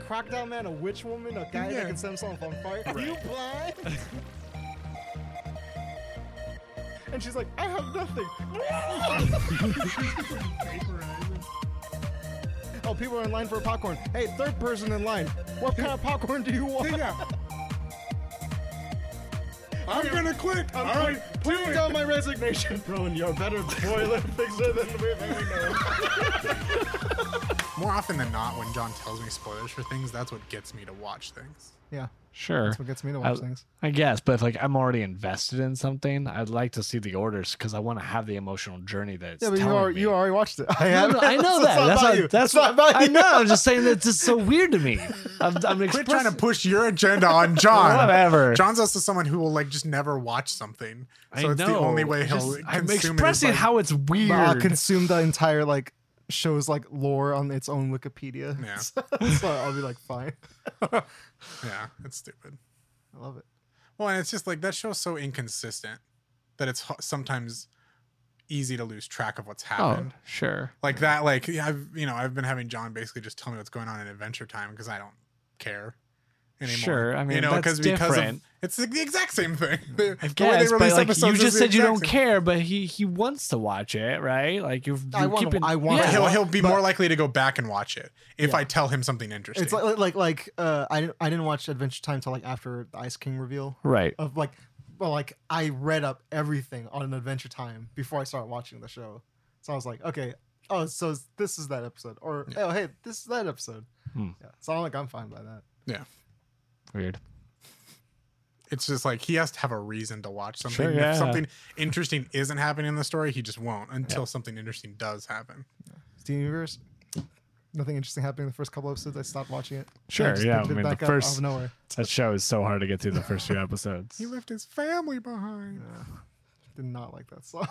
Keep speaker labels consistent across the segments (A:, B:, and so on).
A: crocodile man, a witch woman, a guy that can set himself on fire. Are you blind? and she's like, I have nothing. oh, people are in line for popcorn. Hey, third person in line. What kind of popcorn do you want?
B: Yeah. I'm gonna quit.
A: I'm
B: All right,
A: putting
B: do it.
A: down my resignation. Rowan, you're a better toilet fixer than we've ever known.
B: More often than not, when John tells me spoilers for things, that's what gets me to watch things.
A: Yeah,
C: Sure.
A: that's what gets me to watch
C: I-
A: things.
C: I guess, but if like I'm already invested in something, I'd like to see the orders because I want to have the emotional journey that it's
A: Yeah, but you
C: telling
A: already,
C: me.
A: you already watched it. I,
C: No,
A: have.
C: no, I know that.
A: It's not
C: That's not.
A: about you.
C: That's
A: It's not about
C: I
A: you.
C: know. I'm just saying that's just so weird to me. I'm, I'm
B: Quit
C: expressing.
B: trying to push your agenda on John.
C: Whatever.
B: John's also someone who will like just never watch something,
C: I
B: so it's the
C: know,
B: only way
C: it's
B: he'll
C: just-
B: consume
C: I'm
B: it is
C: expressing
B: by-
C: how it's weird.
A: But I'll consume the entire like show's like lore on its own Wikipedia.
B: Yeah.
A: so I'll be like, fine.
B: Yeah, it's stupid.
A: I love it.
B: Well, and it's just like that show's so inconsistent that it's h- sometimes easy to lose track of what's
C: oh,
B: happened.
C: sure.
B: Like that, like yeah, I've you know I've been having John basically just tell me what's going on in Adventure Time because I don't care anymore.
C: Sure, I mean, that's
B: of
C: different.
B: it's the exact same thing. The, the way
C: I
B: they
C: guess, but
B: release
C: like you
B: episodes is
C: just
B: the
C: said you
B: exact
C: don't
B: same.
C: care, but he he wants to watch it, right? Like you're,
A: I
C: you're
A: wanna-
C: keeping.
A: I wanna-
C: Yeah.
B: He'll he'll be
A: But-
B: more likely to go back and watch it if
A: Yeah.
B: I tell him something interesting.
A: It's like like like uh, I didn't I didn't watch Adventure Time till like after the Ice King reveal
C: Right.
A: of like well like I read up everything on Adventure Time before I started watching the show, so I was like okay oh so is- this is that episode or oh hey this is that episode.
C: Hmm.
A: Yeah, so I'm like I'm fine by that.
B: yeah,
C: Weird.
B: it's just like he has to have a reason to watch something.
C: Sure,
B: And
C: yeah.
B: If something interesting isn't happening in the story, he just won't until something interesting does happen.
A: Steam Universe. Nothing interesting happened in the first couple episodes. I stopped watching it.
C: Sure,
A: just
C: yeah,
A: picked
C: I
A: it
C: mean, the
A: back up out
C: first-
A: of nowhere.
C: That show is so hard to get through the first few episodes.
B: He left his family behind.
A: Yeah. Did not like that song.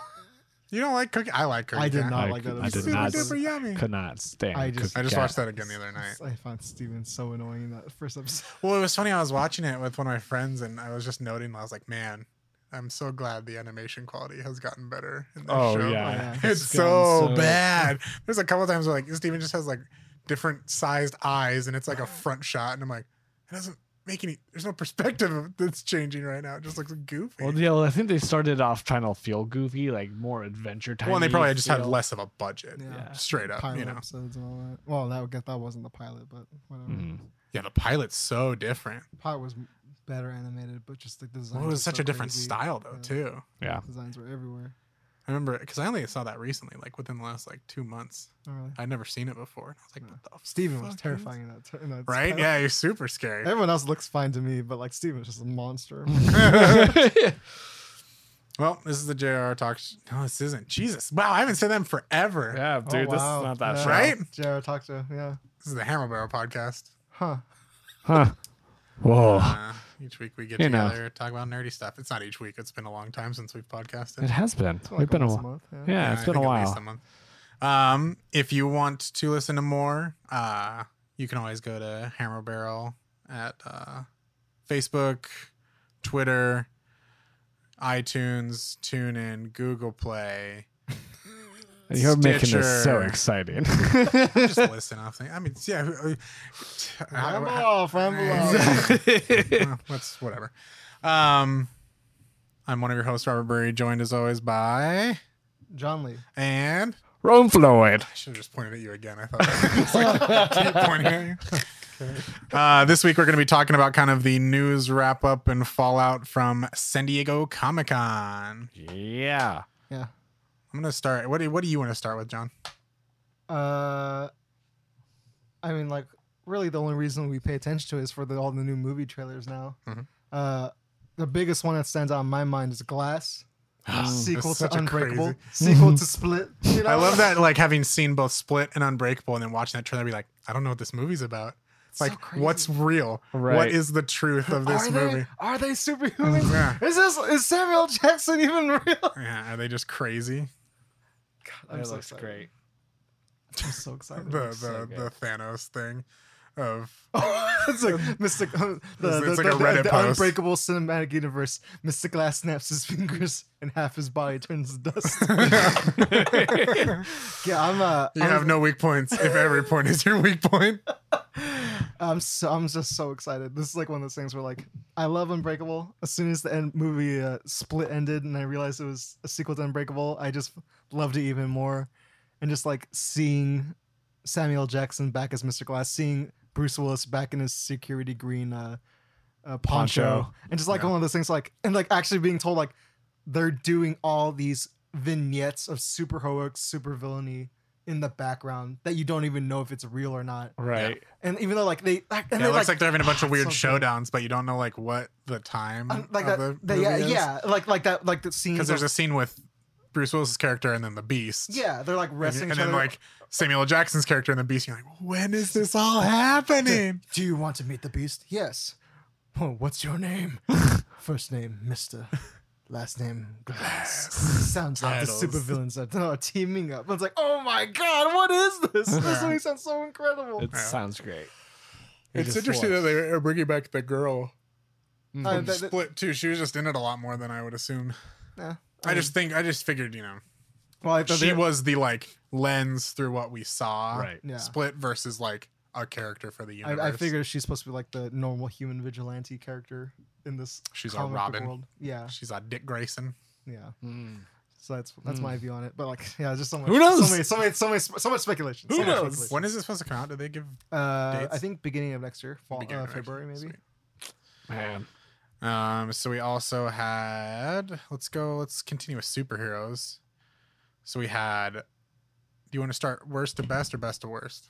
B: You don't like cookie? I like cookie.
A: I did
B: Cat.
A: not
C: I
A: like that.
C: could- I
A: episode.
C: did
B: Super
C: not-
B: duper yummy.
C: Could not stand.
A: I just-
C: Cookie
B: I just
C: Cat.
B: watched that again the other night.
A: I found Steven so annoying in that first episode.
B: Well, it was funny. I was watching it with one of my friends, and I was just noting. I was like, man. I'm so glad the animation quality has gotten better. In this
C: Oh,
B: show.
C: yeah.
A: Yeah.
B: it's
C: It's
B: so,
C: gotten so-
B: bad. There's a couple times where like Steven just has like different sized eyes and it's like a front shot and I'm like, it doesn't make any there's no perspective that's changing right now. It just looks goofy. Well,
C: Well, yeah, well, I think they started off trying to feel goofy, like more adventure time.
B: and they probably just had less of a budget.
A: Yeah.
C: Yeah.
B: Straight up,
A: Pilot
B: you know.
A: episodes and all that. Well, that would get that wasn't the pilot, but whatever.
C: Mm.
B: Yeah, the pilot's so different.
A: Pilot was m- better animated, but just like the design.
B: Well, it was such a different style though,
A: Yeah.
B: too.
C: Yeah.
A: Designs were everywhere.
B: I remember because I only saw that recently, like within the last like two months.
A: Not really.
B: I'd never seen it before. And I was like, what the
A: Steven was
B: fuck is-
A: terrifying in that. T- in that
B: Right?
A: pilot.
B: Yeah, you're super scary.
A: Everyone else looks fine to me, but like Steven was just a monster. Oh,
B: Well, this is the JR talks. No, this isn't. Jesus. Wow, I haven't said them forever.
C: yeah, dude, this is not that show.
B: Oh, Right?
A: Jared talked to yeah.
B: This is the Hammer Barrel podcast.
A: Huh.
C: Huh. Whoa.
B: Uh, each week we get
C: Oh. You know.
B: together, talk about nerdy stuff. It's not each week. It's been a long time since we've podcasted.
C: It has been.
A: So,
C: We've
A: like,
C: been a
A: once
C: while.
A: month,
C: Yeah,
B: Yeah,
C: it's
B: I
C: been a
B: think at least
C: while.
B: month. Um, if you want to listen to more, uh, you can always go to Hammer Barrel at uh, Facebook, Twitter, iTunes, TuneIn, Google Play.
C: You're making this so
B: Stitcher.
C: exciting.
B: Just listen off. thing. I mean, yeah. who- who-
A: Ramble off, ramble off.
B: Well, that's whatever. Um, I'm one of your hosts, Robert Burry, joined as always by
A: John Lee.
B: and
C: Rome Floyd.
B: I should have just pointed at you again. I thought it's like, keep pointing at you. Uh, this week we're going to be talking about kind of the news wrap up and fallout from San Diego Comic Con.
C: Yeah.
A: Yeah.
B: I'm going to start. What do What do you want to start with, John?
A: Uh, I mean, like, really, the only reason we pay attention to it is for the, all the new movie trailers now.
B: Mhm.
A: Uh, the biggest one that stands out in my mind is Glass, sequel
B: That's
A: to
B: such a
A: Unbreakable,
B: crazy-
A: sequel to Split. you know?
B: I love that, like having seen both Split and Unbreakable, and then watching that trailer, be like, I don't know what this movie's about.
A: It's so
B: like,
A: crazy.
B: what's real? What
C: Right.
B: is the truth of
A: Are
B: this
A: they-
B: movie?
A: Are they superhumans?
B: Yeah.
A: Is this is Samuel Jackson even real? God,
B: Yeah, are they just crazy?
A: I'm so excited. I'm so
B: The
A: excited.
B: the,
C: so
B: the Thanos thing of
A: it's like Mystic. the, the,
B: It's like
A: the-
B: a Reddit
A: the
B: post.
A: unbreakable cinematic universe. Mystic Glass snaps his fingers and half his body turns to dust. yeah, I'm. Uh,
B: you
A: I'm- uh,
B: have no weak points if every point is your weak point.
A: I'm so I'm just so excited. This is like one of those things where like I love Unbreakable. As soon as the end movie uh, Split ended and I realized it was a sequel to Unbreakable, I just loved it even more. And just like seeing Samuel Jackson back as Mr. Glass, seeing Bruce Willis back in his security green uh, uh, poncho,
C: Poncho.
A: and just like
B: Yeah.
A: one of those things like and like actually being told like they're doing all these vignettes of super heroic, super villainy in the background that you don't even know if it's real or not.
C: Right.
A: And even though like they like, and
B: Yeah, it
A: they,
B: looks like, they're having a bunch of weird
A: so good.
B: showdowns, but you don't know like what the time
A: um, like
B: of
A: that,
B: uh, the,
A: that-
B: movie
A: yeah,
B: is.
A: yeah, like like that, like the scene.
B: Because there's a scene with Bruce Willis's character and then the Beast.
A: yeah, they're like
B: And,
A: wrestling
B: and
A: each
B: then
A: other.
B: like Samuel L. Jackson's character and the Beast. You're like, when is this all happening?
A: do you want to meet the beast? Yes. Oh, what's your name? First name, Mister. Last name, Glass. Sounds like
B: Titles.
A: the supervillains are are teaming up. I was like, oh my god, what is this? This
B: Yeah.
A: movie sounds so incredible.
C: It
B: Yeah.
C: sounds great.
B: It's interesting that they are bringing back the girl
C: they.
A: Uh,
B: from
A: that- that-
B: Split too. She was just in it a lot more than I would assume.
A: Yeah,
B: I just think I just figured you know
A: well, I thought
B: she
A: they-
B: was the like lens through what we saw.
C: Right.
A: Yeah.
B: Split versus like a character for the universe.
A: I, I figured she's supposed to be like the normal human vigilante character in this.
B: She's a
A: comic book
B: Robin.
A: World. Yeah,
B: she's a Dick Grayson.
A: yeah.
C: Mm.
A: So that's that's
C: Hmm.
A: my view on it. But like, yeah, just so much.
C: Who knows?
A: So many, so many, so many, so much speculation.
C: Who
A: so much
C: knows?
A: speculation.
B: When is this supposed to come out? Did they give
A: Uh,
B: Dates?
A: I think beginning of next year, fall,
B: beginning
A: uh,
B: of next-
A: February maybe.
B: Sweet.
C: Man.
B: Um, so we also had let's go, let's continue with superheroes. So we had do you want to start worst to best or best to worst?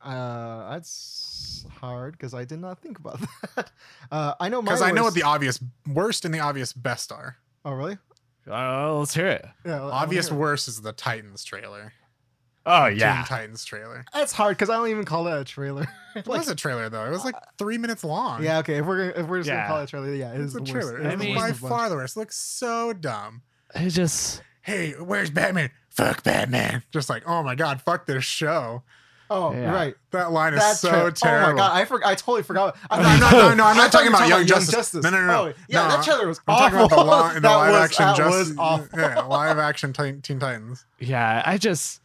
A: Uh, that's hard because I did not think about that. Uh, I know
B: Because
A: mine
B: I know
A: was-
B: what the obvious worst and the obvious best are.
A: Oh really?
C: Uh, let's hear it.
A: Yeah, I wanna
B: obvious
A: hear it.
B: worst is the Titans trailer.
C: Oh
B: Teen
C: yeah.
B: Titans trailer.
A: That's hard because I don't even call it a trailer.
B: It was a trailer though. It was like three minutes long.
A: uh, yeah. Okay. If we're gonna, if we're just gonna call it
C: Yeah.
A: a trailer, yeah, it
B: It
A: is
B: was a
A: the
B: trailer.
A: worst. It
B: It was
A: is
C: I
A: the
C: mean-
B: by
A: worst of the bunch.
B: far the worst. Looks so dumb.
C: It just
B: Hey, where's Batman? Fuck Batman. Just like, oh my god, fuck this show.
A: Oh
C: Yeah.
A: right.
B: That line is
A: That's
B: so
A: true. Oh
B: terrible.
A: my god, I forgot. I totally forgot. I'm
B: No, no, no, no, I'm
A: I
B: not
A: thought
B: talking
A: you were
B: about Young Justice. No, no, no, no.
A: Oh, yeah,
B: No,
A: that trailer was
B: I'm
A: awful.
B: talking about the, li- the
A: That
B: live
A: was-
B: action
A: that
B: Justice.
A: was awful.
B: Yeah, live action Ti- Teen Titans.
C: yeah. I just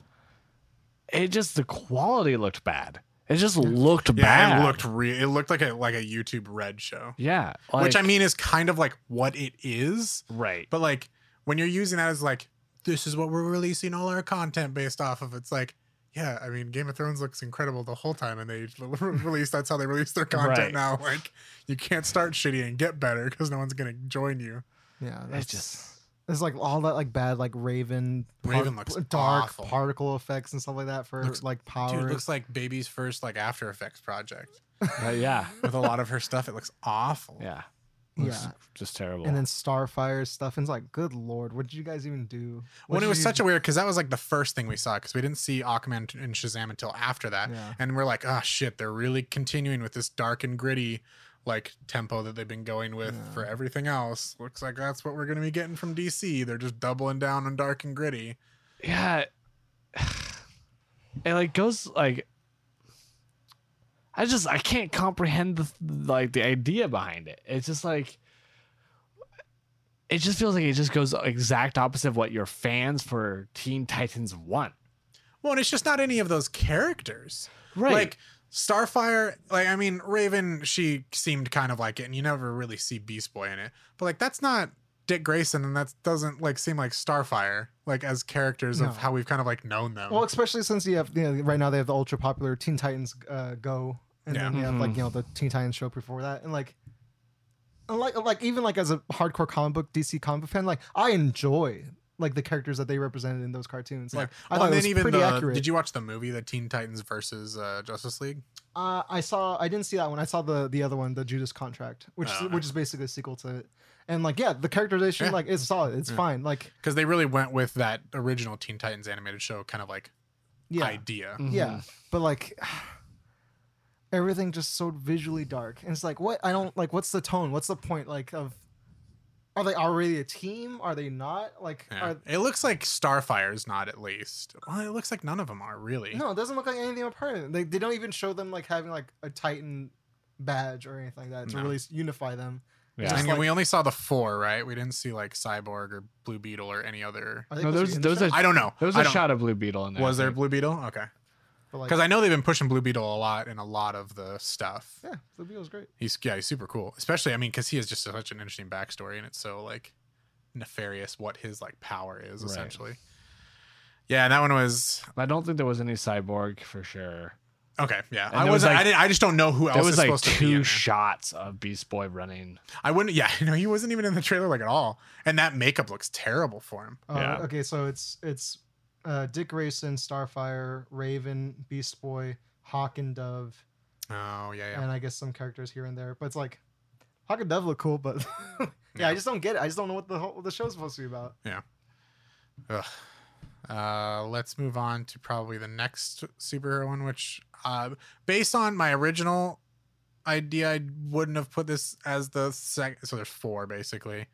C: it just the quality looked bad. It just looked
B: Yeah,
C: bad.
B: it looked real. It looked like a like a YouTube Red show,
C: Yeah.
B: which I
C: like-
B: mean is kind of like what it is,
C: right.
B: but like when you're using that as like this is what we're releasing all our content based off of. It's like yeah, I mean Game of Thrones looks incredible the whole time, and they release that's how they release their content
C: Right.
B: now. Like you can't start shitty and get better because no one's gonna join you.
A: Yeah,
C: It
A: that's
C: just
A: It's like all that like bad like Raven, par-
B: Raven looks
A: dark
B: awful.
A: particle effects and stuff like that for
B: Looks-
A: like powers.
B: Dude, it looks like baby's first like After Effects project.
C: uh, yeah.
B: with a lot of her stuff. It looks awful.
C: Yeah.
A: Yeah.
C: Looks Just terrible.
A: and then Starfire stuff, and it's like, good lord, what did you guys even do? What
B: When it
A: did
B: was
A: you
B: such a
A: do?
B: weird because that was like the first thing we saw because we didn't see Aquaman and Shazam until after that,
A: Yeah.
B: and we're like, oh shit, they're really continuing with this dark and gritty like tempo that they've been going with
A: Yeah.
B: for everything else. Looks like that's what we're gonna be getting from DC. They're just doubling down on dark and gritty.
C: yeah. It like goes like I just I can't comprehend the like the idea behind it. It's just like it just feels like it just goes exact opposite of what your fans for Teen Titans want.
B: Well, and it's just not any of those characters. Like Starfire, like I mean, Raven, she seemed kind of like it, and you never really see Beast Boy in it. But like that's not Dick Grayson, and that doesn't like seem like Starfire, like as characters
A: No.
B: of how we've kind of like known them.
A: well, especially since you have you know, right now they have the ultra popular Teen Titans uh, Go, and
B: Yeah.
A: then they have like
C: Mhm.
A: you know the Teen Titans show before that, and like. and, Like, like even like as a hardcore comic book DC comic book fan, like I enjoy like the characters that they represented in those cartoons.
B: Yeah.
A: Like I
B: Well,
A: thought
B: and
A: it
B: then
A: was
B: even
A: pretty
B: the,
A: accurate.
B: did you watch the movie, the Teen Titans versus uh, Justice League?
A: Uh, I saw. I didn't see that one. I saw the the other one, the Judas Contract, which
B: Oh,
A: is, which is basically a sequel to it. And like, yeah, the characterization
B: Yeah.
A: like it's solid. It's
B: Yeah.
A: fine. Like,
B: Because they really went with that original Teen Titans animated show kind of like
A: yeah, Mm.
B: idea.
C: Mm-hmm.
A: yeah. But like, everything just so visually dark. And it's like, what? I don't like. What's the tone? What's the point? Like, of are they already a team? Are they not? Like,
B: Yeah.
A: are
B: it looks like Starfire's not at least. Well, it looks like none of them are really.
A: no? It doesn't look like anything apart. Of it. They they don't even show them like having like a Titan badge or anything like that to
B: No.
A: really s- unify them.
C: Yeah.
B: And
A: Just
B: we only saw the four, right? We didn't see like Cyborg or Blue Beetle or any other.
A: Are they
C: No,
A: supposed to
C: those-
A: be in the
C: those
A: show?
C: are-
B: I don't know.
C: There was
B: I
C: a
B: don't-
C: shot of Blue Beetle in there.
B: Was
C: I
B: there
C: think.
B: Blue Beetle? Okay.
A: But like,
B: Because I know they've been pushing Blue Beetle a lot in a lot of the stuff.
A: yeah, Blue Beetle's great.
B: He's yeah, he's super cool. Especially, I mean, because he has just such an interesting backstory, and it's so like nefarious what his like power is
C: Right.
B: essentially. Yeah, and that one was
C: I don't think there was any cyborg for sure.
B: okay. Yeah,
C: And
B: I
C: there was,
B: wasn't. I
C: like-
B: didn't. I just don't know who else
C: There
B: Oh, is
C: was like
B: supposed to be. In
C: two
B: there.
C: shots of Beast Boy running.
B: I wouldn't. Yeah, no, he wasn't even in the trailer like at all. And that makeup looks terrible for him.
A: Uh,
C: Yeah.
A: Okay, so it's it's uh, Dick Grayson, Starfire, Raven, Beast Boy, Hawk and Dove,
B: Oh yeah, yeah.
A: and I guess some characters here and there. But it's like Hawk and Dove look cool, but yeah,
B: Yeah.
A: I just don't get it. I just don't know what the whole the show's supposed to be about.
B: Ugh. Uh, let's move on to probably the next superhero one, which, uh, based on my original idea, I wouldn't have put this as the second. So there's four basically,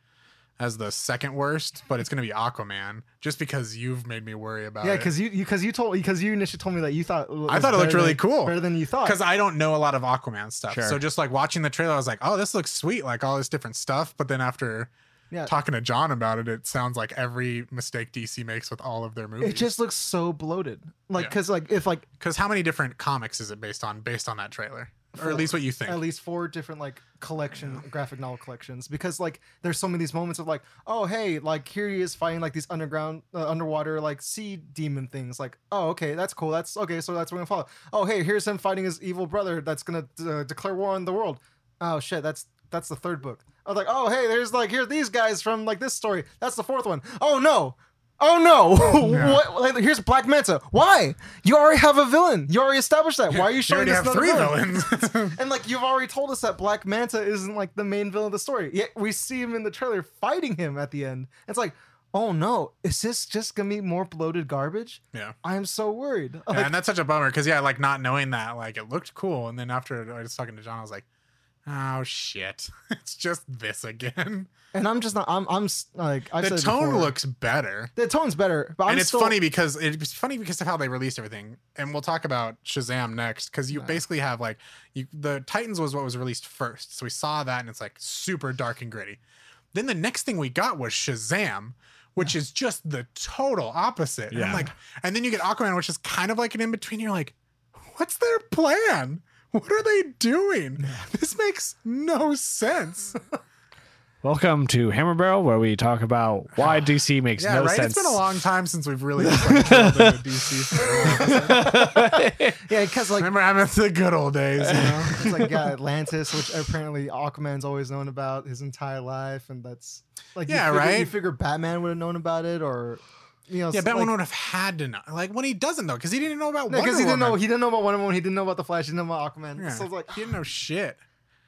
B: as the second worst, but it's gonna be Aquaman, just because you've made me worry about
A: yeah,
B: it.
A: because you because you, told because you initially told me that you thought
B: Uh, I thought it looked
A: better
B: really
A: than-
B: cool.
A: better than you thought.
B: because I don't know a lot of Aquaman stuff.
C: Sure.
B: So just like watching the trailer, I was like, oh, this looks sweet, like all this different stuff. But then after
A: Yeah.
B: talking to John about it, it sounds like every mistake DC makes with all of their movies.
A: it just looks so bloated. Like
B: Yeah.
A: because like if like
B: because how many different comics is it based on? Based on that trailer, or
A: Four.
B: at least what you think?
A: at least four different like collection graphic novel collections because like there's so many of these moments of like oh hey like here he is fighting like these underground uh, underwater like sea demon things like oh okay that's cool that's okay so that's what we're gonna follow oh hey here's him fighting his evil brother that's gonna uh, declare war on the world oh shit that's that's the third book i was like oh hey there's like here are these guys from like this story that's the fourth one. Oh no oh no
B: Yeah.
A: what like, here's black manta why you already have a villain you already established that why are you
B: you
A: showing
B: already
A: us
B: have
A: another
B: three
A: villain?
B: villains.
A: And like you've already told us that Black Manta isn't like the main villain of the story. Yet we see him in the trailer fighting him at the end. It's like, oh no, is this just gonna be more bloated garbage?
B: yeah.
A: I am so worried.
B: Yeah,
A: Like,
B: and that's such a bummer because yeah, like not knowing that, like it looked cool, and then after I was talking to John, I was like, "Oh shit, it's just this again."
A: and I'm just not. I'm. I'm s- like. I
B: the
A: said
B: tone
A: before,
B: looks better,
A: The tone's better, but I'm
B: and it's
A: still-
B: funny because it's funny because of how they released everything, and we'll talk about Shazam next because you
A: Nah.
B: basically have like you the Titans was what was released first, so we saw that, and it's like super dark and gritty. Then the next thing we got was Shazam, which is just the total opposite. And I'm
C: Yeah.
B: like, and then you get Aquaman, which is kind of like an in between. You're like, what's their plan? What are they doing? This makes no sense.
C: Welcome to Hammer Barrel, where we talk about why DC makes
B: yeah,
C: no
B: right.
C: sense.
B: It's been a long time since we've really just, like, drilled into DC.
A: Yeah, because like.
B: Remember, I miss the good old days. You know?
A: it's like yeah, Atlantis, which apparently Aquaman's always known about his entire life, and that's like you
B: Yeah,
A: figure- You
B: right?
A: figure Batman would have known about it, or you know,
B: Yeah,
A: s-
B: Batman
A: like,
B: would have had to know. Like when he doesn't though, because he didn't know about
A: No,
B: Wonder
A: because he didn't know
B: Woman.
A: he didn't know about Wonder Woman. He didn't know about the Flash. He didn't know about Aquaman.
B: Yeah.
A: So it's like,
B: he didn't know shit.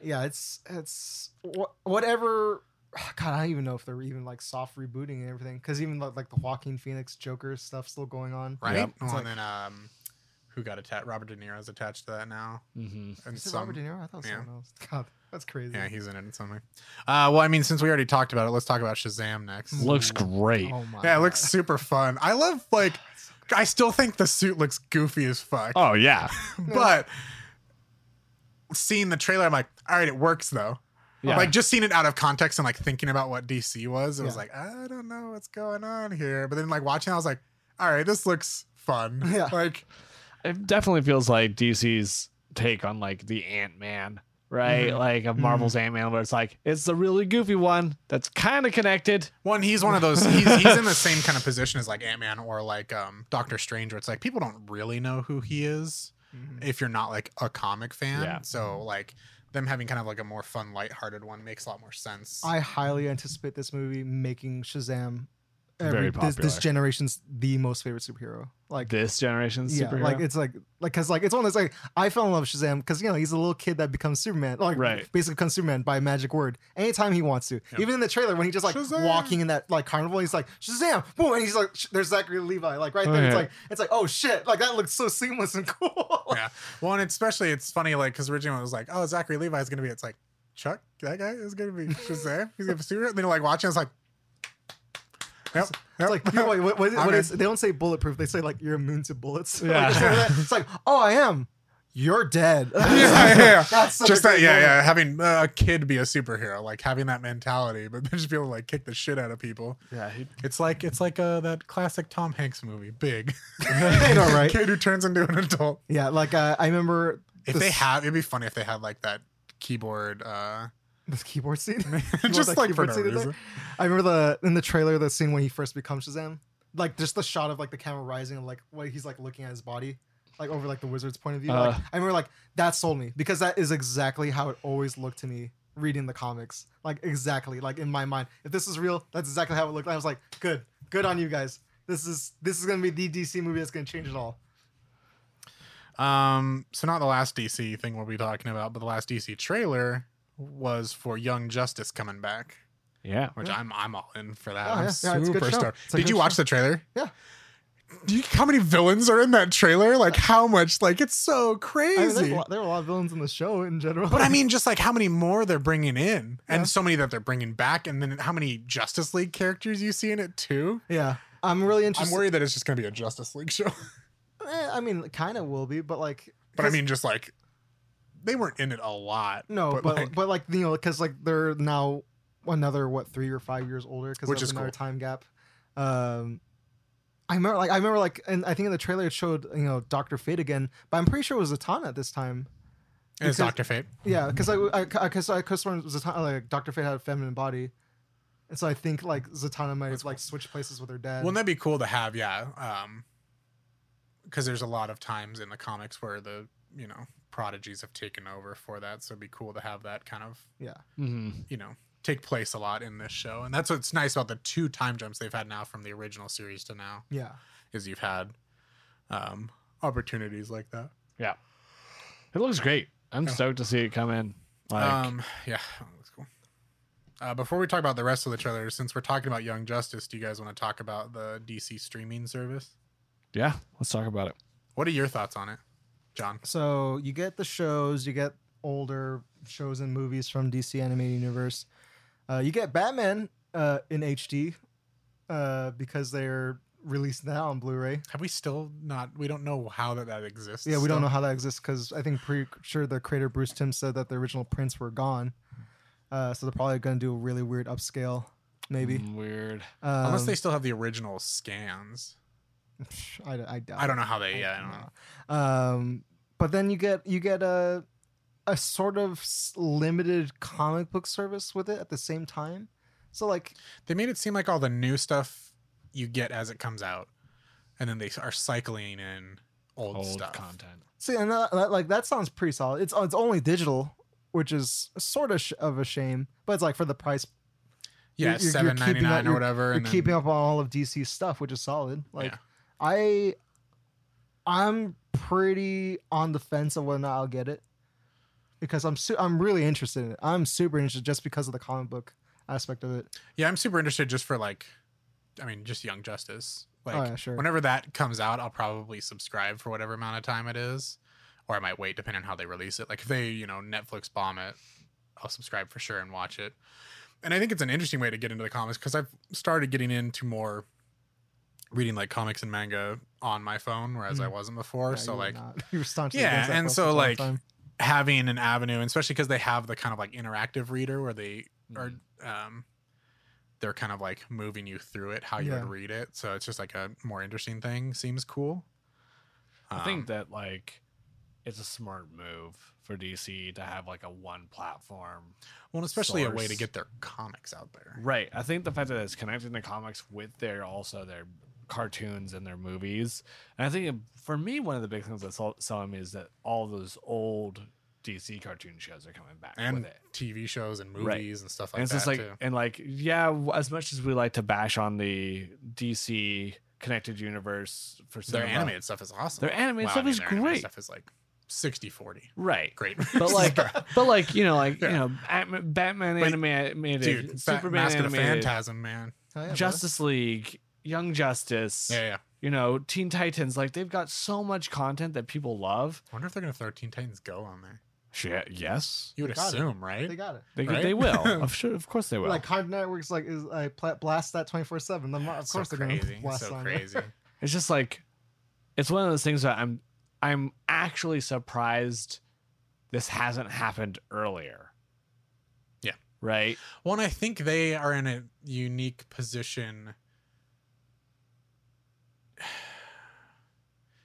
A: yeah, it's it's wha- whatever. God, I don't even know if they're even like soft rebooting and everything. Because even like, like the Joaquin Phoenix Joker stuff still going on.
B: Right.
C: Yep.
B: Oh,
A: It's
B: and then um, who got attached? Robert De Niro's attached to that now.
C: hmm
B: And
A: Is it
B: some,
A: Robert De Niro? I thought it was
B: yeah.
A: someone else. God, that's crazy.
B: yeah, he's in it in something. Uh, well, I mean, since we already talked about it, let's talk about Shazam next.
C: Looks great.
A: oh my.
B: yeah, it
A: God.
B: looks super fun. I love like,
A: So
B: I still think the suit looks goofy as fuck,
C: Oh yeah,
B: but seeing the trailer, I'm like, all right, it works though.
C: yeah.
B: Like just seeing it out of context and like thinking about what DC was, it was
A: Yeah.
B: like, I don't know what's going on here. But then like watching, I was like, all right, this looks fun.
A: Yeah.
B: Like
C: it definitely feels like DC's take on like the Ant Man, right?
B: Mhm.
C: Like of Marvel's Ant Man, where it's like it's the really goofy one that's kind of connected.
B: one, he's one of those he's he's in the same kind of position as like Ant Man or like um Doctor Strange, where it's like people don't really know who he is
A: Mhm.
B: if you're not like a comic fan.
C: Yeah.
B: So like them having kind of like a more fun, lighthearted one makes a lot more sense.
A: I highly anticipate this movie making Shazam.
C: Very
A: this, this
C: popular.
A: generation's the most favorite superhero. Like
C: This generation's
A: yeah,
C: superhero.
A: like it's like like because like it's one that's like I fell in love with Shazam because you know he's a little kid that becomes Superman, like
C: Right.
A: basically becomes Superman by a magic word anytime he wants to.
B: Yeah.
A: Even in the trailer when he just like
B: Shazam!
A: walking in that like carnival, he's like Shazam, boom, and he's like sh- there's Zachary Levi, like right
C: Oh,
A: there. It's
C: yeah.
A: like it's like oh shit, like that looks so seamless and cool.
B: yeah. Well, and especially it's funny, like, because originally it was like, oh, Zachary Levi's gonna be, it's like, Chuck, that guy is gonna be Shazam. He's gonna be super. And then like watching, I was like, yep,
A: It's
B: yep.
A: like wait, what, what,
B: I'm
A: what
B: in.
A: is, they don't say bulletproof, they say like you're immune to bullets. Like,
C: Yeah.
A: it's like, oh I am. you're dead.
B: yeah, yeah, yeah.
A: That's such a
B: just that,
A: great
B: yeah,
A: moment.
B: yeah. Having uh, a kid be a superhero, like having that mentality, but then just be able to like kick the shit out of people.
C: Yeah, he-
B: It's like it's like uh, that classic Tom Hanks movie, Big.
A: know, right?
B: Kid who turns into an adult.
A: Yeah, like uh, I remember
B: If
A: This-
B: they have, it'd be funny if they had like that keyboard. uh
A: this keyboard scene.
B: Just
A: that
B: like for
A: keyboard
B: no
A: scene in there?
B: reason.
A: I remember the in the trailer the scene when he first becomes Shazam, like just the shot of like the camera rising and like what he's like looking at his body, like over like the wizard's point of view. like,
C: Uh.
A: I remember like that sold me because that is exactly how it always looked to me reading the comics, like exactly like in my mind. If this is real, that's exactly how it looked. I was like, good, good on you guys. This is this is gonna be the DC movie that's gonna change it all.
B: Um, so not the last DC thing we'll be talking about, but the last DC trailer was for Young Justice coming back,
C: yeah.
B: which
A: Yeah.
B: I'm I'm all in for that.
A: Oh,
B: I'm
A: yeah. Yeah, it's a good
B: super
A: show.
B: stoked.
A: It's a
B: Did
A: good
B: you watch the trailer?
A: Yeah.
B: Do you, how many villains are in that trailer? Like how much? Like it's so
A: I mean,
B: crazy.
A: there's a lot, there are a lot of villains in the show in general.
B: but I mean, just like how many more they're bringing in,
A: Yeah.
B: and so many that they're bringing back, and then how many Justice League characters you see in it too.
A: yeah, I'm really
B: I'm
A: interested.
B: worried that it's just gonna be a Justice League show.
A: Eh, I mean, kind of will be, but like,
B: But I
A: 'cause-
B: mean, just like they weren't in it a lot.
A: no, but
B: but,
A: but like,
B: like-
A: you know, because like they're now another what three or five years older because
B: Which
A: there's
B: is
A: another
B: cool.
A: time gap. Um, I remember like I remember like, and I think in the trailer it showed you know Doctor Fate again, but I'm pretty sure it was Zatanna this time.
B: And it's
A: because-
B: Doctor Fate.
A: Yeah, because I because I because Zatanna like Doctor Fate had a feminine body, and so I think like Zatanna might have like switched places with her dad.
B: Wouldn't that be cool to have? Yeah, um, because there's a lot of times in the comics where the you know prodigies have taken over for that, so it'd be cool to have that kind of
A: yeah,
C: hmm
B: you know take place a lot in this show, and that's what's nice about the two time jumps they've had now from the original series to now
A: yeah.
B: is you've had um opportunities like that.
C: It looks great. I'm
B: Yeah.
C: stoked to see it come in. Like,
B: um, yeah, that looks cool. Uh, before we talk about the rest of the trailer, since we're talking about Young Justice, do you guys want to talk about the DC streaming service?
C: yeah, let's talk about it.
B: What are your thoughts on it, John?
A: So you get the shows, you get older shows and movies from DC Animated Universe. Uh, you get Batman uh, in HD uh, because they're releasing that on Blu-ray.
B: Have we still not? We don't know how that that exists.
A: Yeah, we don't
B: still.
A: know how that exists because I think pretty sure the creator Bruce Tim said that the original prints were gone. Uh, so they're probably going to do a really weird upscale, maybe.
C: Mm, Weird.
A: Um,
B: Unless they still have the original scans.
A: psh, Um, I, I doubt.
B: I
A: it.
B: don't know how they. Yeah, I don't know.
A: know. Um, but then you get you get a a sort of s- limited comic book service with it at the same time. So like,
B: They made it seem like all the new stuff you get as it comes out, and then they are cycling in old,
C: Old
B: stuff.
C: content.
A: see, and that, that- like that sounds pretty solid. It's it's only digital, which is sort of sh- of a shame. But it's like for the price,
B: Yeah,
A: You're- you're- you're
B: seven ninety
A: keeping up-
B: nine or whatever.
A: you're
B: and then-
A: keeping up on all of DC's stuff, which is solid. Like,
B: Yeah.
A: I I'm pretty on the fence of whether or not I'll get it because I'm su- I'm really interested in it. I'm super interested just because of the comic book aspect of it.
B: Yeah, I'm super interested just for like, I mean, just Young Justice. Like,
A: oh yeah, sure.
B: whenever that comes out, I'll probably subscribe for whatever amount of time it is, or I might wait depending on how they release it. Like if they, you know, Netflix bomb it, I'll subscribe for sure and watch it. And I think it's an interesting way to get into the comics because I've started getting into more reading like comics and manga on my phone, whereas I
A: Mhm.
B: wasn't before.
A: Yeah,
B: so
A: you were
B: like
A: not- you were staunchly
B: Yeah,
A: against that
B: and
A: for
B: so,
A: such a long
B: like,
A: time.
B: having an avenue, and especially because they have the kind of like interactive reader where they are
C: Mm.
B: um they're kind of like moving you through it how you
A: Yeah.
B: would read it. So it's just like a more interesting thing. Seems cool.
C: I
B: Um,
C: think that like it's a smart move for DC to have like a one platform.
B: Well, and especially a way to
C: source.
B: get their comics out there.
C: Right. I think the fact that it's connecting the comics with their also their cartoons and their movies. And I think it- for me one of the big things that's sell- selling me is that all those old DC cartoon shows are coming back
B: And
C: with it.
B: TV shows and movies
C: Right.
B: and stuff like
C: and it's
B: that
C: just like
B: too.
C: and like yeah w- as much as we like to bash on the dc connected universe for
B: Their
C: cinema-
B: animated stuff is awesome.
C: Their animated stuff is
B: their animated
C: great.
B: Stuff is like 60-40.
C: right
B: Great.
C: But, like, but like you know like you
B: Yeah.
C: know Batman, Batman
B: But-
C: animated
B: dude, Superman
C: superman
B: Mask of the
C: animated
B: Phantasm, man.
A: Hell Oh, yeah, brother.
C: justice league young justice
B: Yeah, yeah.
C: you know teen titans like they've got so much content that people love
B: I wonder if they're gonna throw Teen Titans Go on there.
C: Shit, yes
B: You would
A: They got it.
B: assume, right?
A: They got it.
C: they,
B: Right?
C: they will of, sure, of course they will
A: Like Hard Networks, like is I pla- blast that twenty four seven. Of
B: So
A: course they're
B: crazy.
A: gonna blast
B: so
A: on it.
B: crazy.
C: it's just like it's one of those things that i'm I'm actually surprised this hasn't happened earlier.
B: Yeah.
C: Right?
B: Well, and I think they are in a unique position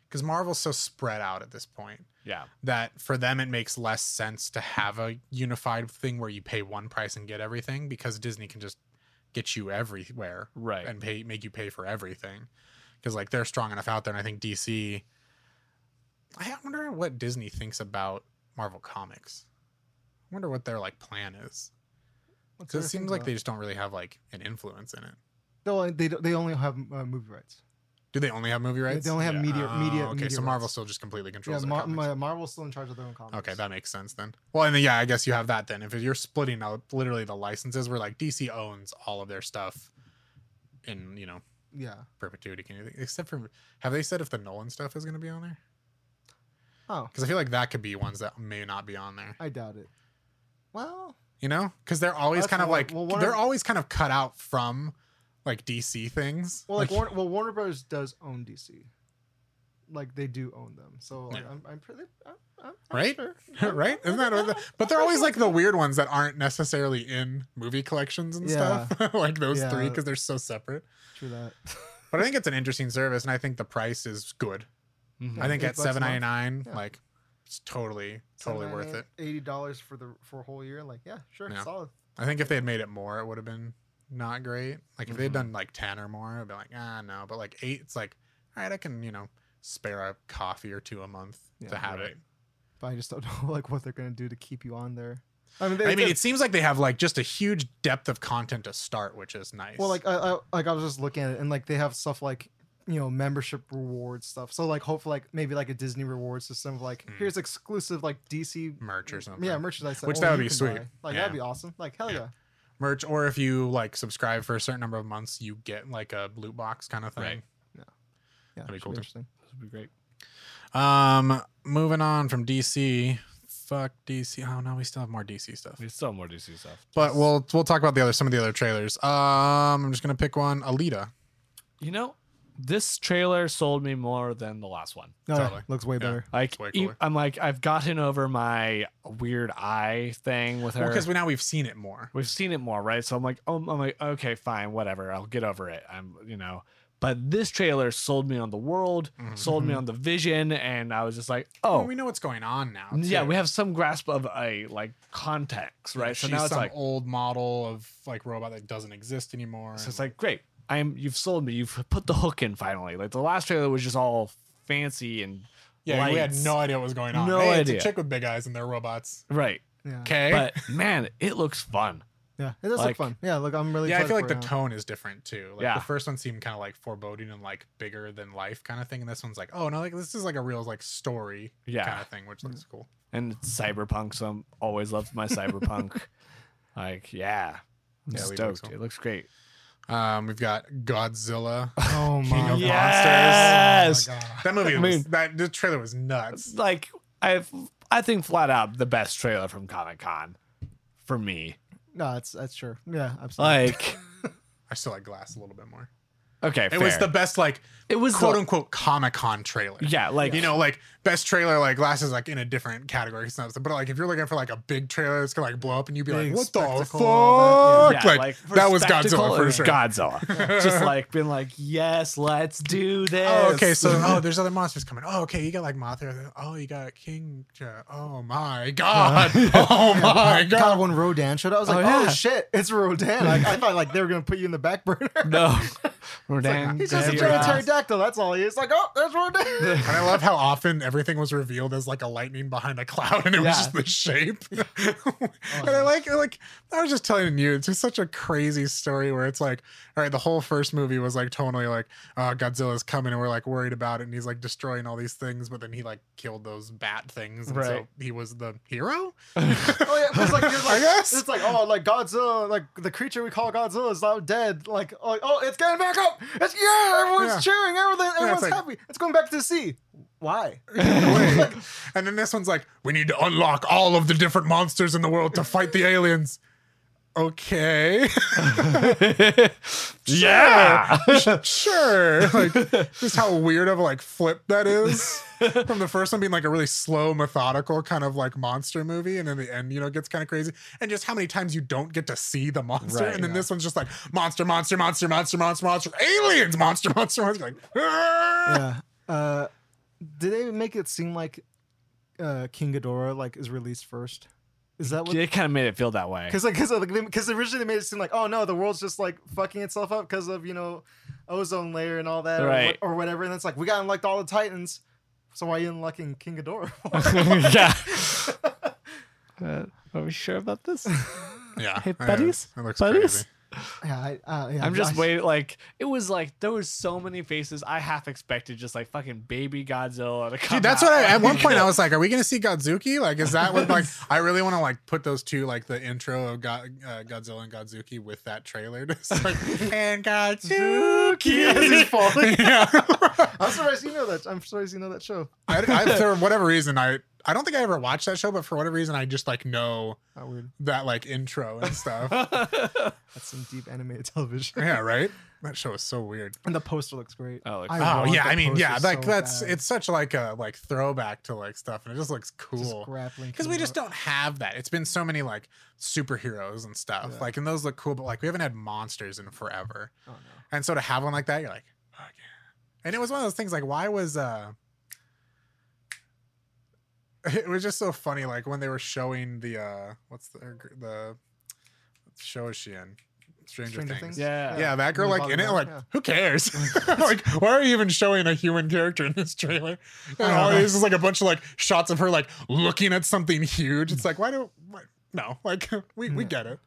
B: because Marvel's so spread out at this point
C: Yeah.
B: that for them it makes less sense to have a unified thing where you pay one price and get everything because Disney can just get you everywhere
C: Right.
B: and pay make you pay for everything because like they're strong enough out there and i think dc i wonder what disney thinks about marvel comics i wonder what their like plan is
A: What's
B: because
A: there
B: it
A: to
B: seems
A: think
B: like
A: about?
B: they just don't really have like an influence in it
A: No, they don't- they only have uh, movie rights.
B: do they only have movie
A: They-
B: rights
A: They only have
C: Yeah.
A: media
B: Oh,
A: media.
B: okay
A: media
B: so marvel
A: rights.
B: still just completely
A: Yeah,
B: controls the
A: Mar-
B: comics.
A: Ma- Marvel's still in charge of their own comics.
B: okay that makes sense then well and then, yeah i guess you have that then if you're splitting out literally the licenses where like dc owns all of their stuff in you know
A: yeah.
B: perpetuity can you except for have they said if the nolan stuff is going to be on there
A: Oh,
B: Because I feel like that could be ones that may not be on there.
A: I doubt it. Well,
B: You know, because they're always
A: That's
B: kind of
A: one-
B: like
A: well, one
B: they're
A: of-
B: always kind of cut out from like DC things.
A: well, like, Warner, well, Warner Bros. does own DC. Like they do own them, so like,
B: Yeah.
A: I'm, I'm pretty. I'm, I'm, I'm
B: Right?
A: sure.
B: right? Isn't that? what the- but they're always like the weird ones that aren't necessarily in movie collections and stuff. like those
A: Yeah.
B: three because they're so separate.
A: True that.
B: But I think it's an interesting service, and I think the price is good.
C: Mhm.
B: I think
A: Eight
B: at
A: bucks a
B: seven
A: month.
B: ninety nine,
A: Yeah.
B: like it's totally totally worth it.
A: Eighty dollars for the for a whole year. Like yeah, sure,
B: Yeah.
A: solid.
B: I think if they had made it more, it would have been not great. Like if they had
C: Mhm.
A: Mm-hmm.
B: done like ten or more, I'd be like, ah, no. But like eight, it's like, all right, I can you know spare a coffee or two a month
A: Yeah,
B: to have
C: right.
B: it.
A: But I just don't know like what they're gonna do to keep you on there. I mean, they,
B: I mean,
A: they-
B: it seems like they have like just a huge depth of content to start, which is nice.
A: Well, like I, I like I was just looking at it, and like they have stuff like you know membership reward stuff. So like hopefully like maybe like a Disney reward system of like
B: Mm.
A: here's exclusive like DC
B: merch or something.
A: yeah merchandise.
B: Which
A: only
B: that would
A: you
B: be
A: can
B: sweet.
A: buy. Like
B: Yeah.
A: that'd be awesome. Like hell
B: Yeah.
A: yeah.
B: merch, or if you like subscribe for a certain number of months, you get like a loot box kind of thing.
C: Right.
A: Yeah,
B: That'd be
A: should
B: cool too.
A: interesting.
C: This would be great.
B: Um, moving on from DC. Fuck DC. Oh no, we still have more DC stuff.
C: We still have more DC stuff.
B: But we'll we'll talk about the other some of the other trailers. Um, I'm just gonna pick one. Alita.
C: You know, this trailer sold me more than the last one.
A: No,
B: Totally.
A: looks way
B: Yeah.
A: better.
C: Like
B: way
C: e-
B: cooler.
C: I'm like I've gotten over my weird eye thing with her.
B: because we, now we've seen it more.
C: We've seen it more, right? So I'm like, oh, I'm like, okay, fine, whatever. I'll get over it. I'm, you know. But this trailer sold me on the world,
B: Mhm.
C: sold me on the vision, and I was just like, oh,
B: we know what's going on now.
C: yeah,
B: too.
C: we have some grasp of a like context, right? So
B: She's
C: now it's
B: some
C: like,
B: old model of like robot that doesn't exist anymore.
C: so
B: and-
C: it's like, great, I'm, you've sold me, you've put the hook in finally. Like the last trailer was just all fancy and
B: yeah, we had
C: lights.
B: no idea what was going on.
C: No
B: hey,
C: idea.
B: It's a chick with big eyes and they're robots.
C: right,
A: Yeah,
B: Okay.
C: but man, it looks fun.
A: yeah, it does
C: Like-
A: look fun. Yeah, look, I'm really.
B: yeah, I
A: excited
B: feel like
A: for
B: the
A: it now.
B: tone is different too. Like
C: Yeah.
B: the first one seemed kind of like foreboding and like bigger than life kind of thing, and this one's like, oh no, like this is like a real like story
C: Yeah.
B: kind of thing, which looks cool.
C: and it's cyberpunk. So I'm always loved my cyberpunk. like, yeah, I'm
B: Yeah, we think
C: stoked.
B: so.
C: It looks great.
B: Um, we've got Godzilla,
A: Oh
B: King
A: my
B: of
A: god.
C: Yeah.
B: Monsters.
C: Yes!
B: Oh, my God. That movie,
C: I
B: was,
C: mean-
B: that the trailer was nuts.
C: It's like I, I think flat out the best trailer from Comic Con for me.
A: No, that's that's true. Yeah, absolutely.
C: Like,
B: I still like Glass a little bit more.
C: okay,
B: It was the best like
C: it was
B: quote
C: the-
B: unquote Comic Con trailer.
C: yeah, like
B: You know, like best trailer, like Glass is like in a different category. It's not, but like if you're looking for like a big trailer that's gonna like blow up and you'd be
A: Big
B: like, what the fuck?
A: spectacle, all
C: Yeah,
B: like,
C: for
B: that was
C: spectacle,
B: Godzilla
C: it
B: for
C: was
B: sure.
C: Godzilla, just like being like, yes, let's do this.
B: Oh, okay. So, oh, there's other monsters coming. Oh, okay. You got like Mothra. Oh, you got King. Ghidorah. Oh my god. Oh my
A: God,
B: god.
A: when Rodan showed up, I was
C: Oh,
A: like,
C: yeah.
A: "Oh shit, it's Rodan!" Like, I thought like they were gonna put you in the back burner.
C: no, Rodan,
A: He's just a
C: Dave,
A: giant
C: Ross.
A: pterodactyl. That's all he is. Like, oh, there's Rodan.
B: And I love how often everything was revealed as like a lightning behind a cloud, and it
C: Yeah. Oh,
B: was just the shape. and I like, like I was just telling you, it's just such a crazy story where it's like, all right, the whole first movie was like totally like, uh, Godzilla's coming, and we're like worried about it, and he's like destroying all these things, but then he like killed those bat things, and so
C: Right.
B: he was the
A: oh
B: hero.
A: yeah, it's like, it's
B: I
A: like,
B: guess.
A: it's like, oh, like Godzilla, like the creature we call Godzilla is now dead. Like, oh, oh, it's getting back up. It's yeah, everyone's
B: Yeah.
A: cheering, everything, everyone's
B: like-
A: happy. It's going back to the sea. Why?
B: Wait. and then this one's like, we need to unlock all of the different monsters in the world to fight the aliens. okay,
C: yeah.
B: sure. Like, just how weird of like flip that is from the first one being like a really slow, methodical kind of like monster movie, and then the end, you know, gets kind of crazy, and just how many times you don't get to see the monster,
C: Right,
B: and then
C: yeah.
B: this one's just like monster, monster, monster, monster, monster, monster, aliens, monster, monster, monster, like. "Ah!"
A: yeah. Uh, did they make it seem like uh, King Ghidorah like is released first? Is that what?
C: it kind of made it feel that way.
A: Because like, because like, because originally they made it seem like, oh no, the world's just like fucking itself up because of you know ozone layer and all that, or what-
C: Right.
A: or, whatever. And it's like we got unlocked all the titans, so why are you unlocking King Ghidorah?
C: yeah. Uh, are we sure about this?
B: Yeah.
C: Hey,
B: I-
C: buddies?
B: It looks
C: Buddies?
B: crazy.
A: yeah, I, uh, yeah,
C: I'm just
A: I-
C: waiting. Like it was like there was so many faces. I half expected just like fucking baby Godzilla to come.
B: Dude, that's what I,
C: out.
B: at one point I was like, are we going to see Godzuki? Like, is that what, like, I really want to, like, put those two, like, the intro of God, uh, Godzilla and Godzuki with that trailer. Just like, and
A: Yes,
B: Godzuki.
A: he's falling.
B: yeah.
A: I'm surprised you know that. I'm surprised you know that show.
B: I, I, for whatever reason, I, I don't think I ever watched that show, but for whatever reason, I just, like, know
A: How weird.
B: that, like, intro and stuff.
A: That's some deep animated television.
B: yeah, right? That show is so weird.
A: And the poster looks great.
C: Oh, it looks-
B: Oh,
A: want
B: yeah.
A: that
B: I mean, yeah,
A: poster
B: like,
A: so
B: that's,
A: bad.
B: it's such, like, a, like, throwback to, like, stuff, and it just looks cool.
A: Just grappling.
B: because we just don't have that. It's been so many like superheroes and stuff,
A: Yeah.
B: like, and those look cool, but like we haven't had monsters in forever.
A: Oh, no.
B: And so to have one like that, you're like, fuck yeah. And it was one of those things like, why was uh it was just so funny, like when they were showing the uh what's the her gr- the show is she in? Stranger,
A: Stranger
B: Things.
A: Things?
C: yeah.
B: Yeah,
C: yeah.
B: that girl
A: Really
B: like in
A: bothered
B: it,
A: by it,
B: like
A: yeah.
B: who cares? like, why are you even showing a human character in this trailer? And
A: I
B: all
A: know.
B: it's just like a bunch of like shots of her like looking at something huge. It's like why do why, no like we we
A: Yeah.
B: get it.